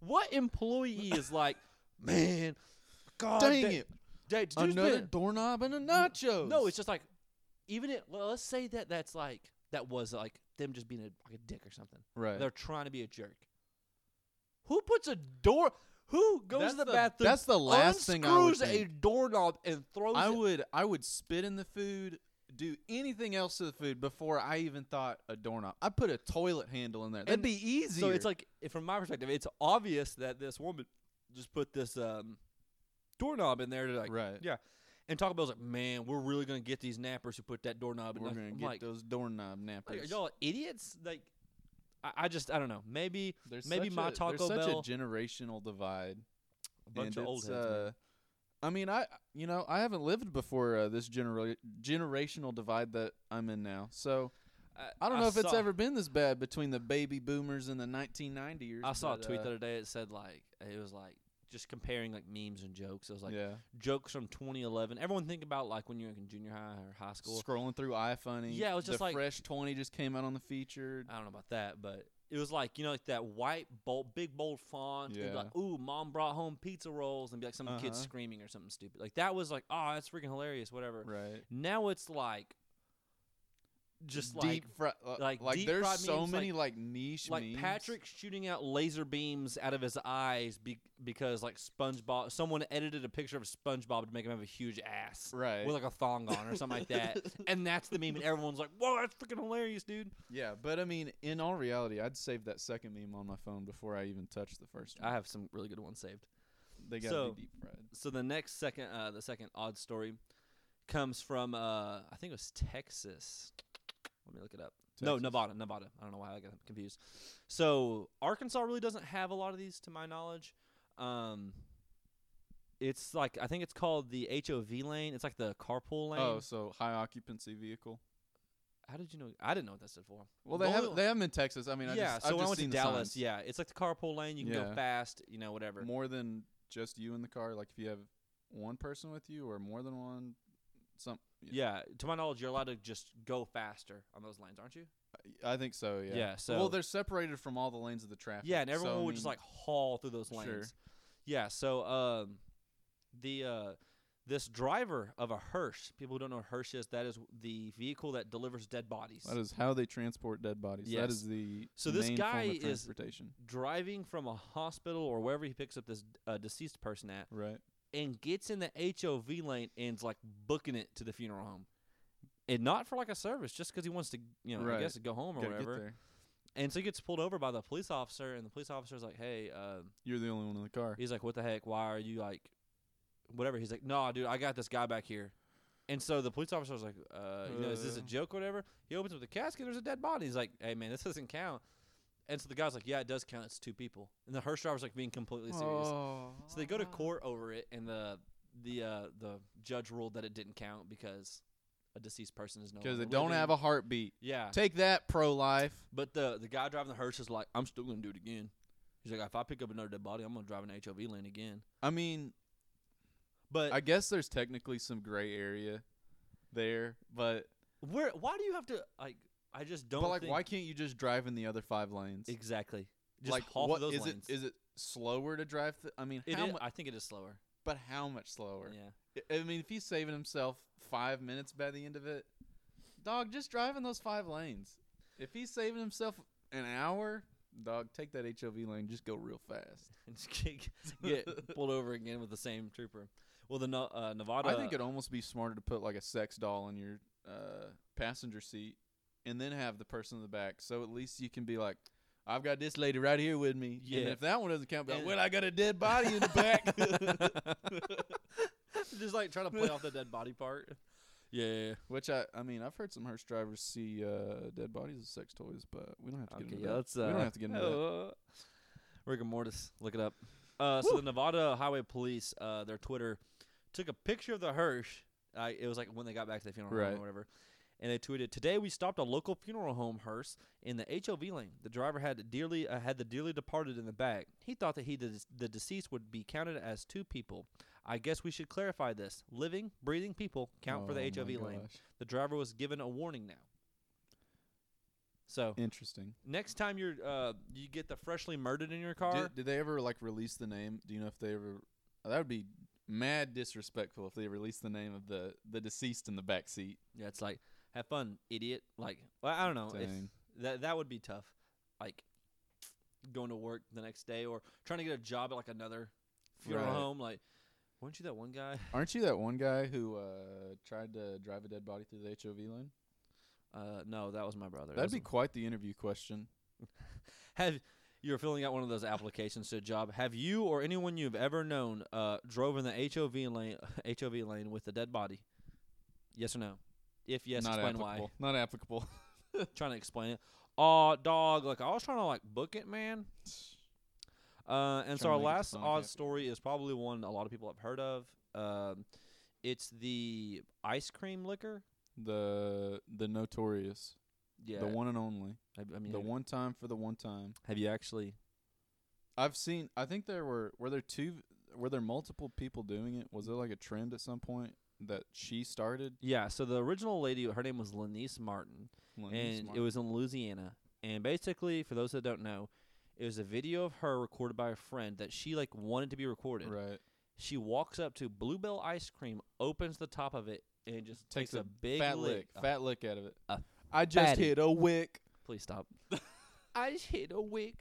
B: what employee is like, man, God,
A: Dang
B: they-
A: it!
B: they- did you just
A: Another
B: put-
A: doorknob and a nachos.
B: no, it's just like even it. Well, let's say that that's like that was like them just being a, like a dick or something.
A: right.
B: They're trying to be a jerk. Who puts a door? Who goes
A: That's
B: to the,
A: the-
B: bathroom?
A: that's the last thing I would
B: unscrews a doorknob and throws
A: I
B: it.
A: would I would spit in the food, do anything else to the food before I even thought a doorknob. I put a toilet handle in there. That'd
B: And
A: be easier.
B: So it's like from my perspective, it's obvious that this woman just put this um, doorknob in there to like
A: right.
B: yeah. And Taco Bell's like, man, we're really gonna get these nappers who put that doorknob in.
A: We're
B: there."
A: gonna
B: I'm
A: get
B: like,
A: those doorknob
B: like, are
A: nappers.
B: y'all idiots? Like, I, I just I don't know. Maybe
A: There's
B: maybe
A: such
B: my
A: a,
B: Taco
A: there's such
B: Bell-
A: a generational divide.
B: a bunch
A: and
B: of old
A: it's,
B: heads. man.
A: uh, I mean, I you know I haven't lived before uh, this genera- generational divide that I'm in now. So I don't know if it's
B: saw-
A: ever been this bad between the baby boomers and the 1990ers.
B: I saw a
A: but,
B: tweet
A: uh,
B: the other day. It said like it was like just comparing like memes and jokes. It was like
A: yeah,
B: jokes from 2011. Everyone think about like when you're in junior high or high school.
A: scrolling through iFunny.
B: Yeah, it was just
A: the
B: like-
A: Fresh Twenty just came out on the featured.
B: I don't know about that, but it was like you know like that white bold big bold font. Yeah.
A: Yeah.
B: like ooh, mom brought home pizza rolls and be like some kid
A: Uh-huh.
B: screaming or something stupid. Like that was like oh that's freaking hilarious whatever.
A: Right.
B: Now it's like just like
A: deep fri- uh,
B: like
A: like,
B: deep
A: there's
B: fried
A: so
B: memes,
A: many like, niche
B: like
A: memes.
B: Patrick shooting out laser beams out of his eyes be- because like SpongeBob, someone edited a picture of SpongeBob to make him have a huge ass
A: Right.
B: with like a thong on or something like that, and that's the meme, and everyone's like, "Whoa, that's freaking hilarious, dude!"
A: yeah, but I mean, in all reality, I'd save that second meme on my phone before I even touch the first one.
B: I have some really good ones saved.
A: they gotta
B: so-
A: be deep fried.
B: So the next second, uh, the second odd story comes from uh, I think it was Texas. Let me look it up. No,
A: Texas.
B: Nevada, Nevada. I don't know why I got confused. So Arkansas really doesn't have a lot of these, to my knowledge. Um, it's like I think it's called the HOV lane. It's like the carpool lane.
A: Oh, so high occupancy vehicle.
B: how did you know? I didn't know what that stood for.
A: Well, they
B: The
A: have
B: only-
A: they have them in Texas. I mean, I
B: yeah.
A: just,
B: so
A: I've
B: when I
A: just
B: went to
A: seen the
B: Dallas,
A: signs.
B: yeah, it's like the carpool lane. You can go
A: Yeah.
B: fast. You know, whatever.
A: more than just you in the car. Like if you have one person with you or more than one, some.
B: yeah. To my knowledge, you're allowed to just go faster on those lanes, aren't you?
A: I think so. Yeah.
B: Yeah, so-
A: well, they're separated from all the lanes of the traffic.
B: Yeah, and
A: so,
B: everyone
A: I
B: would just
A: mean,
B: like haul through those lanes.
A: Sure.
B: Yeah. So um, the uh, this driver of a hearse. People who don't know what hearse is, that is the vehicle that delivers dead bodies.
A: That is how they transport dead bodies. That
B: Yes.
A: is the
B: So this
A: main
B: guy
A: form of
B: is-
A: transportation,
B: driving from a hospital or wherever he picks up this uh, deceased person at,
A: right?
B: and gets in the HOV lane and's like booking it to the funeral home, and not for like a service, just 'cause he wants to, you know,
A: Right.
B: I guess go home or
A: Gotta get
B: whatever.
A: there.
B: And so he gets pulled over by the police officer, and the police officer's like, "Hey, uh,
A: You're the only one in the car.
B: He's like, "What the heck? Why are you like, whatever?" He's like, "No, dude, I got this guy back here." And so the police officer was like, uh, "You know, is this a
A: Uh.
B: joke or whatever?" He opens up the casket. There's a dead body. He's like, "Hey, man, this doesn't count." And so the guy's like, "Yeah, it does count. It's two people." And the hearse driver's like being completely serious.
A: Oh.
B: So they go to court over it, and the the uh, the judge ruled that it didn't count because a deceased person is no
A: Because they
B: longer
A: don't
B: living.
A: have a heartbeat.
B: yeah.
A: Take that, pro life.
B: But the the guy driving the hearse is like, "I'm still gonna do it again." He's like, "If I pick up another dead body, I'm gonna drive an HOV lane again."
A: I mean,
B: But
A: I guess there's technically some gray area there, but
B: Where? Why do you have to like? I just don't.
A: but like,
B: think-
A: why can't you just drive in the other five lanes?
B: exactly? Just
A: like,
B: half
A: what-
B: of those
A: is
B: lanes.
A: it? Is it slower to drive? Th- I mean,
B: It
A: how
B: is-
A: much?
B: I think it is slower.
A: But how much slower?
B: Yeah.
A: I I mean, if he's saving himself five minutes by the end of it, dog, just drive in those five lanes. If he's saving himself an hour, dog, take that HOV lane. Just go real fast.
B: And just get, get pulled over again with the same trooper. Well, the No- uh, Nevada.
A: I think it'd almost be smarter to put like a sex doll in your uh, passenger seat and then have the person in the back. So at least you can be like, I've got this lady right here with me.
B: Yeah.
A: And if that one doesn't count, be like,
B: And-
A: well, I got a dead body in the back.
B: just like trying to play off the dead body part. Yeah. yeah, yeah.
A: Which I, I mean, I've heard some hearse drivers see uh, dead bodies as sex toys, but we don't have to get
B: Okay.
A: into
B: Yeah.
A: that.
B: That's. Uh,
A: we don't have to get into that.
B: uh, Rick and Mortis. Look it up. Uh, so the Nevada Highway Police, uh, their Twitter, took a picture of the hearse. Uh, it was like when they got back to the funeral home
A: Right.
B: or whatever. And they tweeted, "Today we stopped a local funeral home hearse in the HOV lane. The driver had dearly uh, had the dearly departed in the back. He thought that he the, the deceased would be counted as two people. I guess we should clarify this: living, breathing people count for the
A: Oh my
B: HOV lane.
A: gosh.
B: The driver was given a warning now. So
A: Interesting.
B: next time you're uh, you get the freshly murdered in your car,
A: Did, did they ever like release the name? Do you know if they ever? oh, That would be mad disrespectful if they released the name of the the deceased in the back seat.
B: Yeah, it's like, have fun, idiot. Like, well, I don't know. If
A: Dang.
B: that that would be tough. Like, going to work the next day or trying to get a job at like another funeral
A: Right.
B: home. Like, weren't you that one guy?
A: Aren't you that one guy who uh, tried to drive a dead body through the HOV lane?
B: Uh, no, that was my brother.
A: That'd be
B: It was-
A: quite the interview question.
B: have you're filling out one of those applications to a job. Have you or anyone you've ever known uh, drove in the HOV lane HOV lane with a dead body? Yes or no? If yes,
A: Not
B: explain why.
A: applicable. Not applicable.
B: trying to explain it. Oh, dog! Like I was trying to like book it, man. Uh, and
A: Trying
B: so
A: to
B: our
A: make it
B: last
A: sound like
B: odd
A: it.
B: story is probably one a lot of people have heard of. Um, it's the ice cream liquor.
A: the the notorious,
B: Yeah,
A: the one and only,
B: I, I mean,
A: the
B: have-
A: one time for the one time.
B: Have you actually?
A: I've seen. I think there were were there two were there multiple people doing it. Was there like a trend at some point that she started?
B: Yeah. So the original lady, her name was Lenice Martin.
A: Lenny
B: and
A: Smart.
B: it was in Louisiana. And basically, for those that don't know, it was a video of her recorded by a friend that she like wanted to be recorded.
A: right.
B: She walks up to Bluebell ice cream, opens the top of it, and just
A: Takes
B: takes,
A: a
B: a, big
A: fat
B: lick.
A: lick,
B: Uh,
A: fat lick out of it.
B: a
A: I just
B: fatty.
A: hit a wick.
B: please stop. I just hit a wick,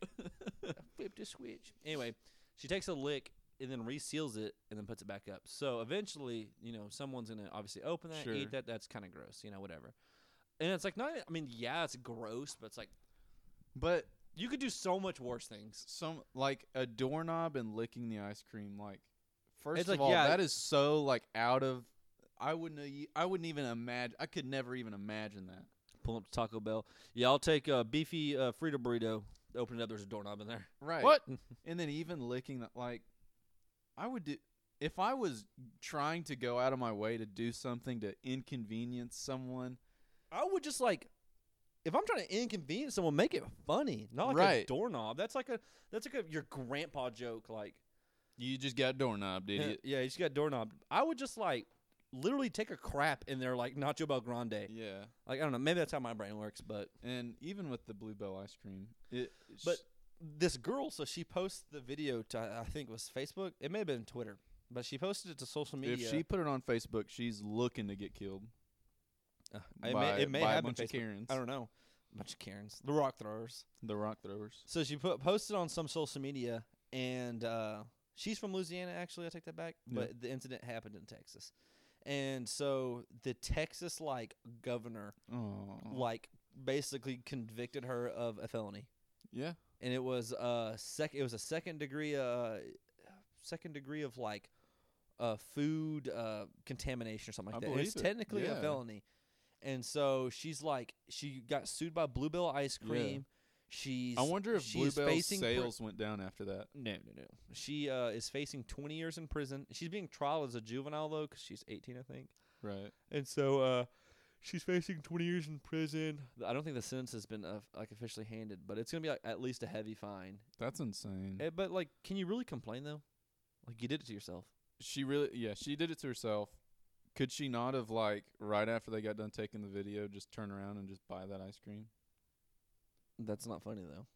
B: I flipped a switch. Anyway, she takes a lick and then reseals it and then puts it back up. So eventually, you know, someone's gonna obviously open that,
A: Sure.
B: eat that. That's kind of gross, you know, whatever. And it's like not. e, I mean, yeah, it's gross, but it's like.
A: But
B: You could do so much worse things.
A: some like a doorknob and licking the ice cream. Like first
B: It's
A: of
B: like,
A: all,
B: yeah.
A: that is so like out of. I wouldn't. e- I wouldn't even imagine. I could never even imagine that.
B: Pull up to Taco Bell. Yeah, I'll take a beefy uh, Frito burrito. Open it up. There's a doorknob in there.
A: Right.
B: What?
A: And then even licking that. Like I would do. If I was trying to go out of my way to do something to inconvenience someone,
B: I would just like, if I'm trying to inconvenience someone, make it funny. Not like a
A: Right.
B: doorknob. That's like a that's like a your grandpa joke. Like,
A: you just got doorknobbed,
B: yeah,
A: idiot.
B: yeah, you just got doorknob. I would just like literally take a crap in their like Nacho Bel Grande.
A: yeah.
B: Like I don't know. Maybe that's how my brain works, but
A: And even with the bluebell ice cream, it
B: But- this girl, so she posted the video to I think it was Facebook. It may have been Twitter, but she posted it to social media.
A: If she put it on Facebook, she's looking to get killed.
B: Uh, it
A: by-
B: may, it may
A: by a
B: have been
A: bunch of
B: Facebook.
A: Karens,
B: I don't know. Bunch of Karens, the rock throwers.
A: the rock throwers.
B: So she put posted on some social media, and uh, she's from Louisiana. Actually, I take that back.
A: Yeah.
B: But the incident happened in Texas, and so the Texas like governor
A: Oh,
B: like basically convicted her of a felony,
A: yeah,
B: and it was uh sec it was a second degree uh second degree of like uh food uh contamination or something like
A: I
B: that. It's
A: believe it.
B: technically
A: Yeah.
B: a felony, and so she's like she got sued by Bluebell ice
A: Yeah.
B: cream. She's
A: I wonder if
B: she's
A: Bluebell's
B: facing pri-
A: sales went down after that.
B: no, no, no. She uh, is facing 20 years in prison. She's being trialed as a juvenile though, 'cause she's 18, I think.
A: Right.
B: And so uh, she's facing 20 years in prison. I don't think the sentence has been uh, like officially handed, but it's gonna be like at least a heavy fine.
A: That's insane.
B: Eh, but like, can you really complain though? Like you did it to yourself.
A: she really yeah, she did it to herself. Could she not have like right after they got done taking the video just turn around and just buy that ice cream?
B: That's not funny though.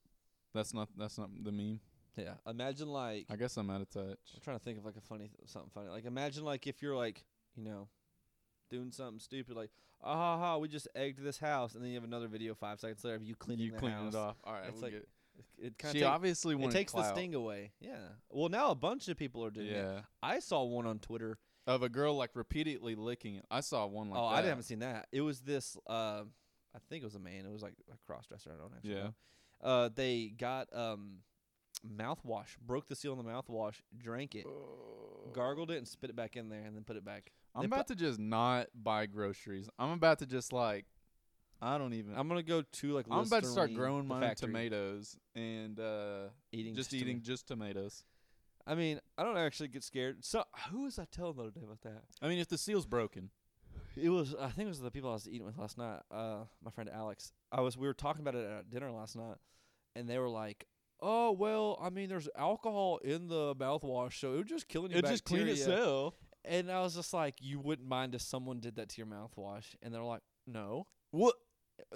A: That's not that's not the meme.
B: Yeah. Imagine like
A: I guess I'm out of touch.
B: I'm trying to think of like a funny th- something funny. Like imagine like if you're like you know doing something stupid like ah ha ha we just egged this house and then you have another video five seconds later of you cleaning
A: You
B: the
A: clean
B: house.
A: it off. All right,
B: It's
A: we'll
B: like-
A: get it.
B: It kind
A: She
B: of
A: obviously
B: it
A: wanted
B: takes the
A: clout.
B: sting away. Yeah. Well, now a bunch of people are doing it.
A: Yeah,
B: I saw one on Twitter.
A: of a girl like repeatedly licking it. I saw one like
B: oh,
A: that.
B: I haven't seen that. It was this. Uh, I think it was a man. It was like a cross dresser. I don't actually
A: Yeah.
B: know. Uh, they got um, mouthwash, broke the seal on the mouthwash, drank it, gargled it, and spit it back in there, and then put it back.
A: I'm
B: They pu-
A: about to just not buy groceries. I'm about to just like, I don't even. I'm,
B: I'm gonna go to like.
A: about to start
B: Listerine,
A: growing
B: the
A: my own
B: factory,
A: tomatoes and uh,
B: Eating
A: just
B: tomato-
A: eating just tomatoes.
B: I mean, I don't actually get scared. So who was I telling the other day about that?
A: I mean, if the seal's broken,
B: It was I think it was the people I was eating with last night. Uh, my friend Alex. I was we were talking about it at dinner last night, and they were like, "Oh well, I mean, there's alcohol in the mouthwash, so it would just kill any
A: it just clean
B: bacteria."
A: itself.
B: And I was just like, "You wouldn't mind if someone did that to your mouthwash?" And they're like, "No,
A: What?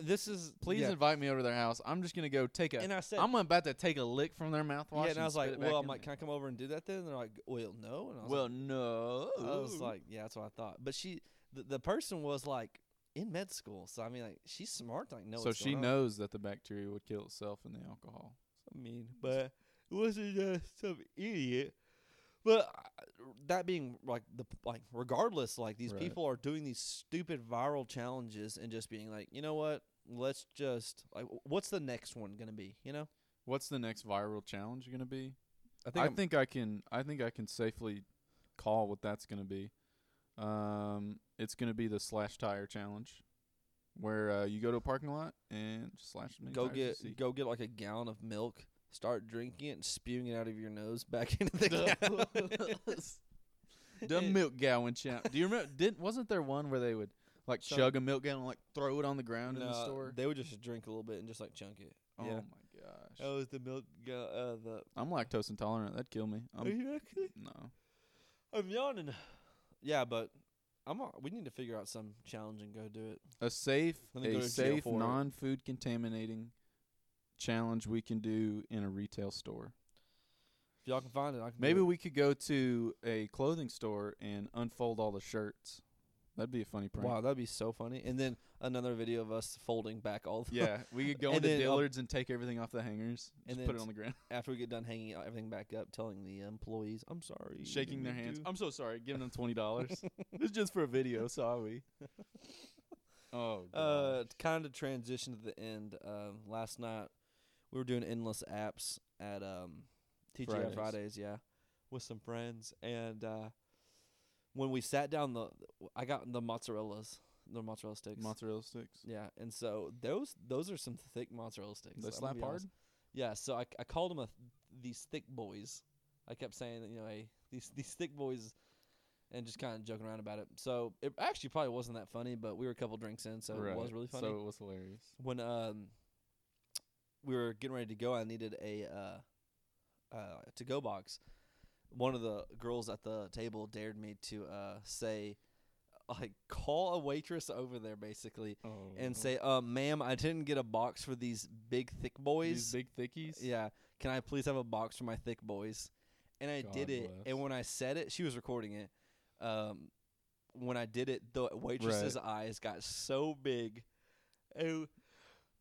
B: this is
A: Please
B: yeah.
A: invite me over to their house. I'm just gonna go take a.
B: And I said,
A: am about to take a lick from their mouthwash.
B: "Yeah," and I was
A: spit
B: like,
A: it back
B: "Well, I'm
A: in
B: like, can
A: there.
B: I come over and do that?" Then and they're like, "Well, no." And I was
A: well, no.
B: like, I was like, "Yeah, that's what I thought." But she, the, the person was like in med school, so I mean, like, she's smart, to, like, know.
A: so
B: what's
A: she
B: going on.
A: knows that the bacteria would kill itself in the alcohol.
B: I mean, but it wasn't just some idiot. But I- that being like the p- like, regardless, like these
A: Right.
B: people are doing these stupid viral challenges and just being like, you know what? Let's just like, w- what's the next one gonna be? You know,
A: What's the next viral challenge gonna be?
B: I
A: I think I can I think I can safely call what that's going to be. Um, it's going to be the slash tire challenge, where uh, you go to a parking lot and just slash as many
B: go
A: tires as you
B: get
A: see.
B: go get like a gallon of milk, start drinking it, and spewing it out of your nose back into the gallon.
A: the milk gallon challenge. Do you remember? Didn't wasn't there one where they would like
B: Some-
A: chug a milk gallon, like throw it on the ground in the
B: Nah,
A: store?
B: They would just drink a little bit and just like chunk it.
A: oh
B: yeah.
A: my gosh!
B: That was the milk. Gal- uh, the
A: I'm lactose intolerant. That'd kill me.
B: are
A: I'm,
B: you actually?
A: no,
B: I'm yawning. Yeah, but I'm. a- We need to figure out some challenge and go do it.
A: a safe,
B: Let me go
A: a
B: to jail
A: safe,
B: for it.
A: non-food contaminating challenge we can do in a retail store.
B: If y'all can find it, I can.
A: Maybe
B: do it.
A: we could go to a clothing store and unfold all the shirts. That'd be a funny prank.
B: Wow, that'd be so funny. And then another video of us folding back all. The
A: Yeah, we could go
B: And
A: into
B: then I'll-
A: Dillard's and um, take everything off the hangers,
B: And
A: just
B: then
A: put it
B: s-
A: on the ground,
B: after we get done hanging everything back up, telling the employees, "I'm sorry."
A: shaking their
B: didn't mean
A: hands.
B: to."
A: I'm so sorry, giving them twenty dollars. it's just for a video, sorry. Oh,
B: Uh,
A: gosh.
B: kind of transition to the end. Um, last night we were doing endless apps at um, TGI Fridays.
A: Fridays.
B: yeah, with some friends, and uh, when we sat down, the I got the mozzarella's, the mozzarella sticks.
A: mozzarella sticks.
B: Yeah, and so those those are some thick mozzarella sticks.
A: They
B: I'm gonna
A: slap
B: be
A: hard.
B: honest. Yeah, so I I called them a, these thick boys. I kept saying that you know hey these these thick boys, and just kind of joking around about it. So it actually probably wasn't that funny, but we were a couple drinks in, so
A: Right.
B: it was really funny.
A: So Oh, it was hilarious.
B: when um we were getting ready to go, I needed a uh, uh to go box. One of the girls at the table dared me to uh say. like call a waitress over there basically
A: Oh,
B: and say, uh, "Ma'am, I didn't get a box for these big thick boys.
A: these big thickies.
B: yeah, can I please have a box for my thick boys?" And I
A: God
B: did it.
A: bless.
B: And when I said it, she was recording it. Um, when I did it, the waitress's eyes got so big. Oh,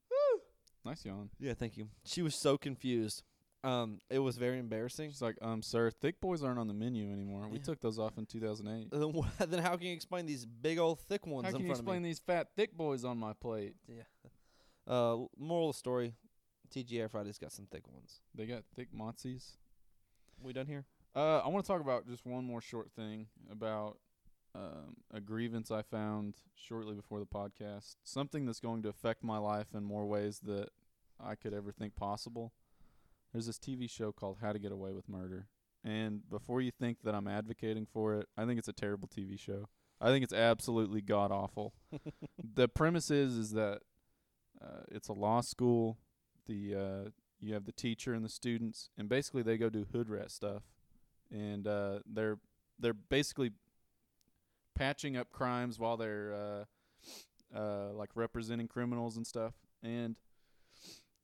B: woo.
A: Nice yawn.
B: yeah, thank you. She was so confused. Um, it was very embarrassing.
A: She's like, um, sir, thick boys aren't on the menu anymore. We
B: Yeah.
A: took those off in 2008.
B: Then wh- then how can you explain these big old thick ones
A: How
B: in
A: can you
B: front of
A: explain
B: me?
A: these fat thick boys on my plate?
B: Uh, l- moral of the story: TGI Friday's got some thick ones.
A: They got thick mozzies.
B: We done here?
A: Uh, I want to talk about just one more short thing about um, a grievance I found shortly before the podcast. Something that's going to affect my life in more ways that I could ever think possible. There's this TV show called How to Get Away with Murder. And before you think that I'm advocating for it, I think it's a terrible TV show. I think it's absolutely god awful. the premise is is that uh, it's a law school. The uh, you have the teacher and the students, and basically they go do hood rat stuff and uh, they're they're basically patching up crimes while they're uh, uh, like representing criminals and stuff. And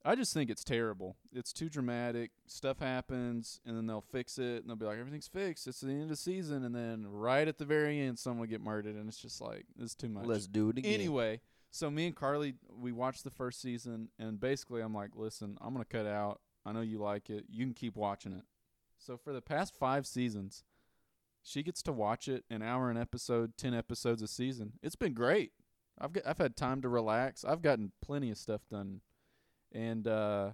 A: I just think it's terrible. It's too dramatic. Stuff happens, and then they'll fix it, and they'll be like, "Everything's fixed. It's the end of the season." And then right at the very end, someone get murdered, and it's just like it's too much.
B: Let's do it again.
A: Anyway, so me and Carly we watched the first season and basically I'm like, "Listen, I'm going to cut out. I know you like it. You can keep watching it." So for the past 5 seasons, she gets to watch it an hour an episode, 10 episodes a season. It's been great. I've got, I've had time to relax. I've gotten plenty of stuff done. And uh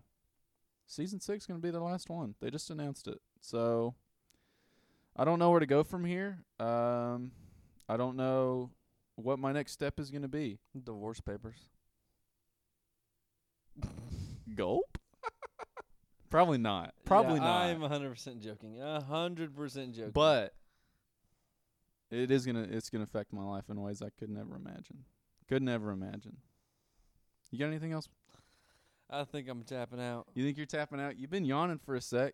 A: season 6 going to be the last one. They just announced it. So I don't know where to go from here. Um I don't know what my next step is going to be.
B: divorce papers.
A: Gulp? Probably not. Probably
B: Yeah,
A: not.
B: I'm 100% joking. 100% joking.
A: but it is gonna it's gonna affect my life in ways I could never imagine. Could never imagine. You got anything else?
B: I think I'm tapping out.
A: You think you're tapping out? You've been yawning for a sec.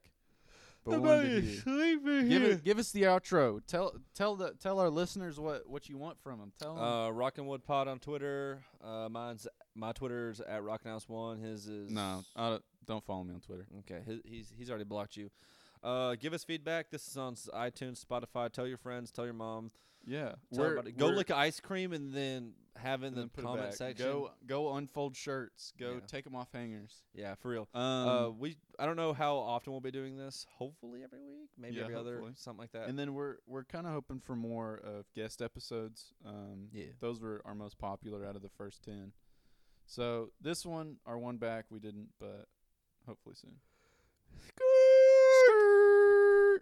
A: But wanted to
B: Nobody's
A: hear.
B: sleeping
A: give it, give us the outro. Tell tell the tell our listeners what what you want from them. Tell 'em-
B: Uh, Rockin' Wood Pod on Twitter. Uh, mine's my Twitter's at Rockin' House One. His is
A: no, I don't, don't follow me on Twitter.
B: Okay, his, he's he's already blocked you. Uh, give us feedback. This is on s- iTunes, Spotify. Tell your friends. Tell your mom.
A: Yeah,
B: Tell everybody. Go lick ice cream and then have it in
A: and
B: the
A: then put it
B: comment
A: back.
B: section.
A: Go go unfold shirts. Go
B: Yeah.
A: take 'em off hangers.
B: Yeah, for real.
A: Um,
B: uh, we I don't know how often we'll be doing this. Hopefully every week, maybe
A: Yeah,
B: every
A: hopefully.
B: other, something like that.
A: and then we're we're kind of hoping for more of guest episodes. Um,
B: yeah.
A: those were our most popular out of the first ten. So this one, our one back, we didn't, but hopefully soon.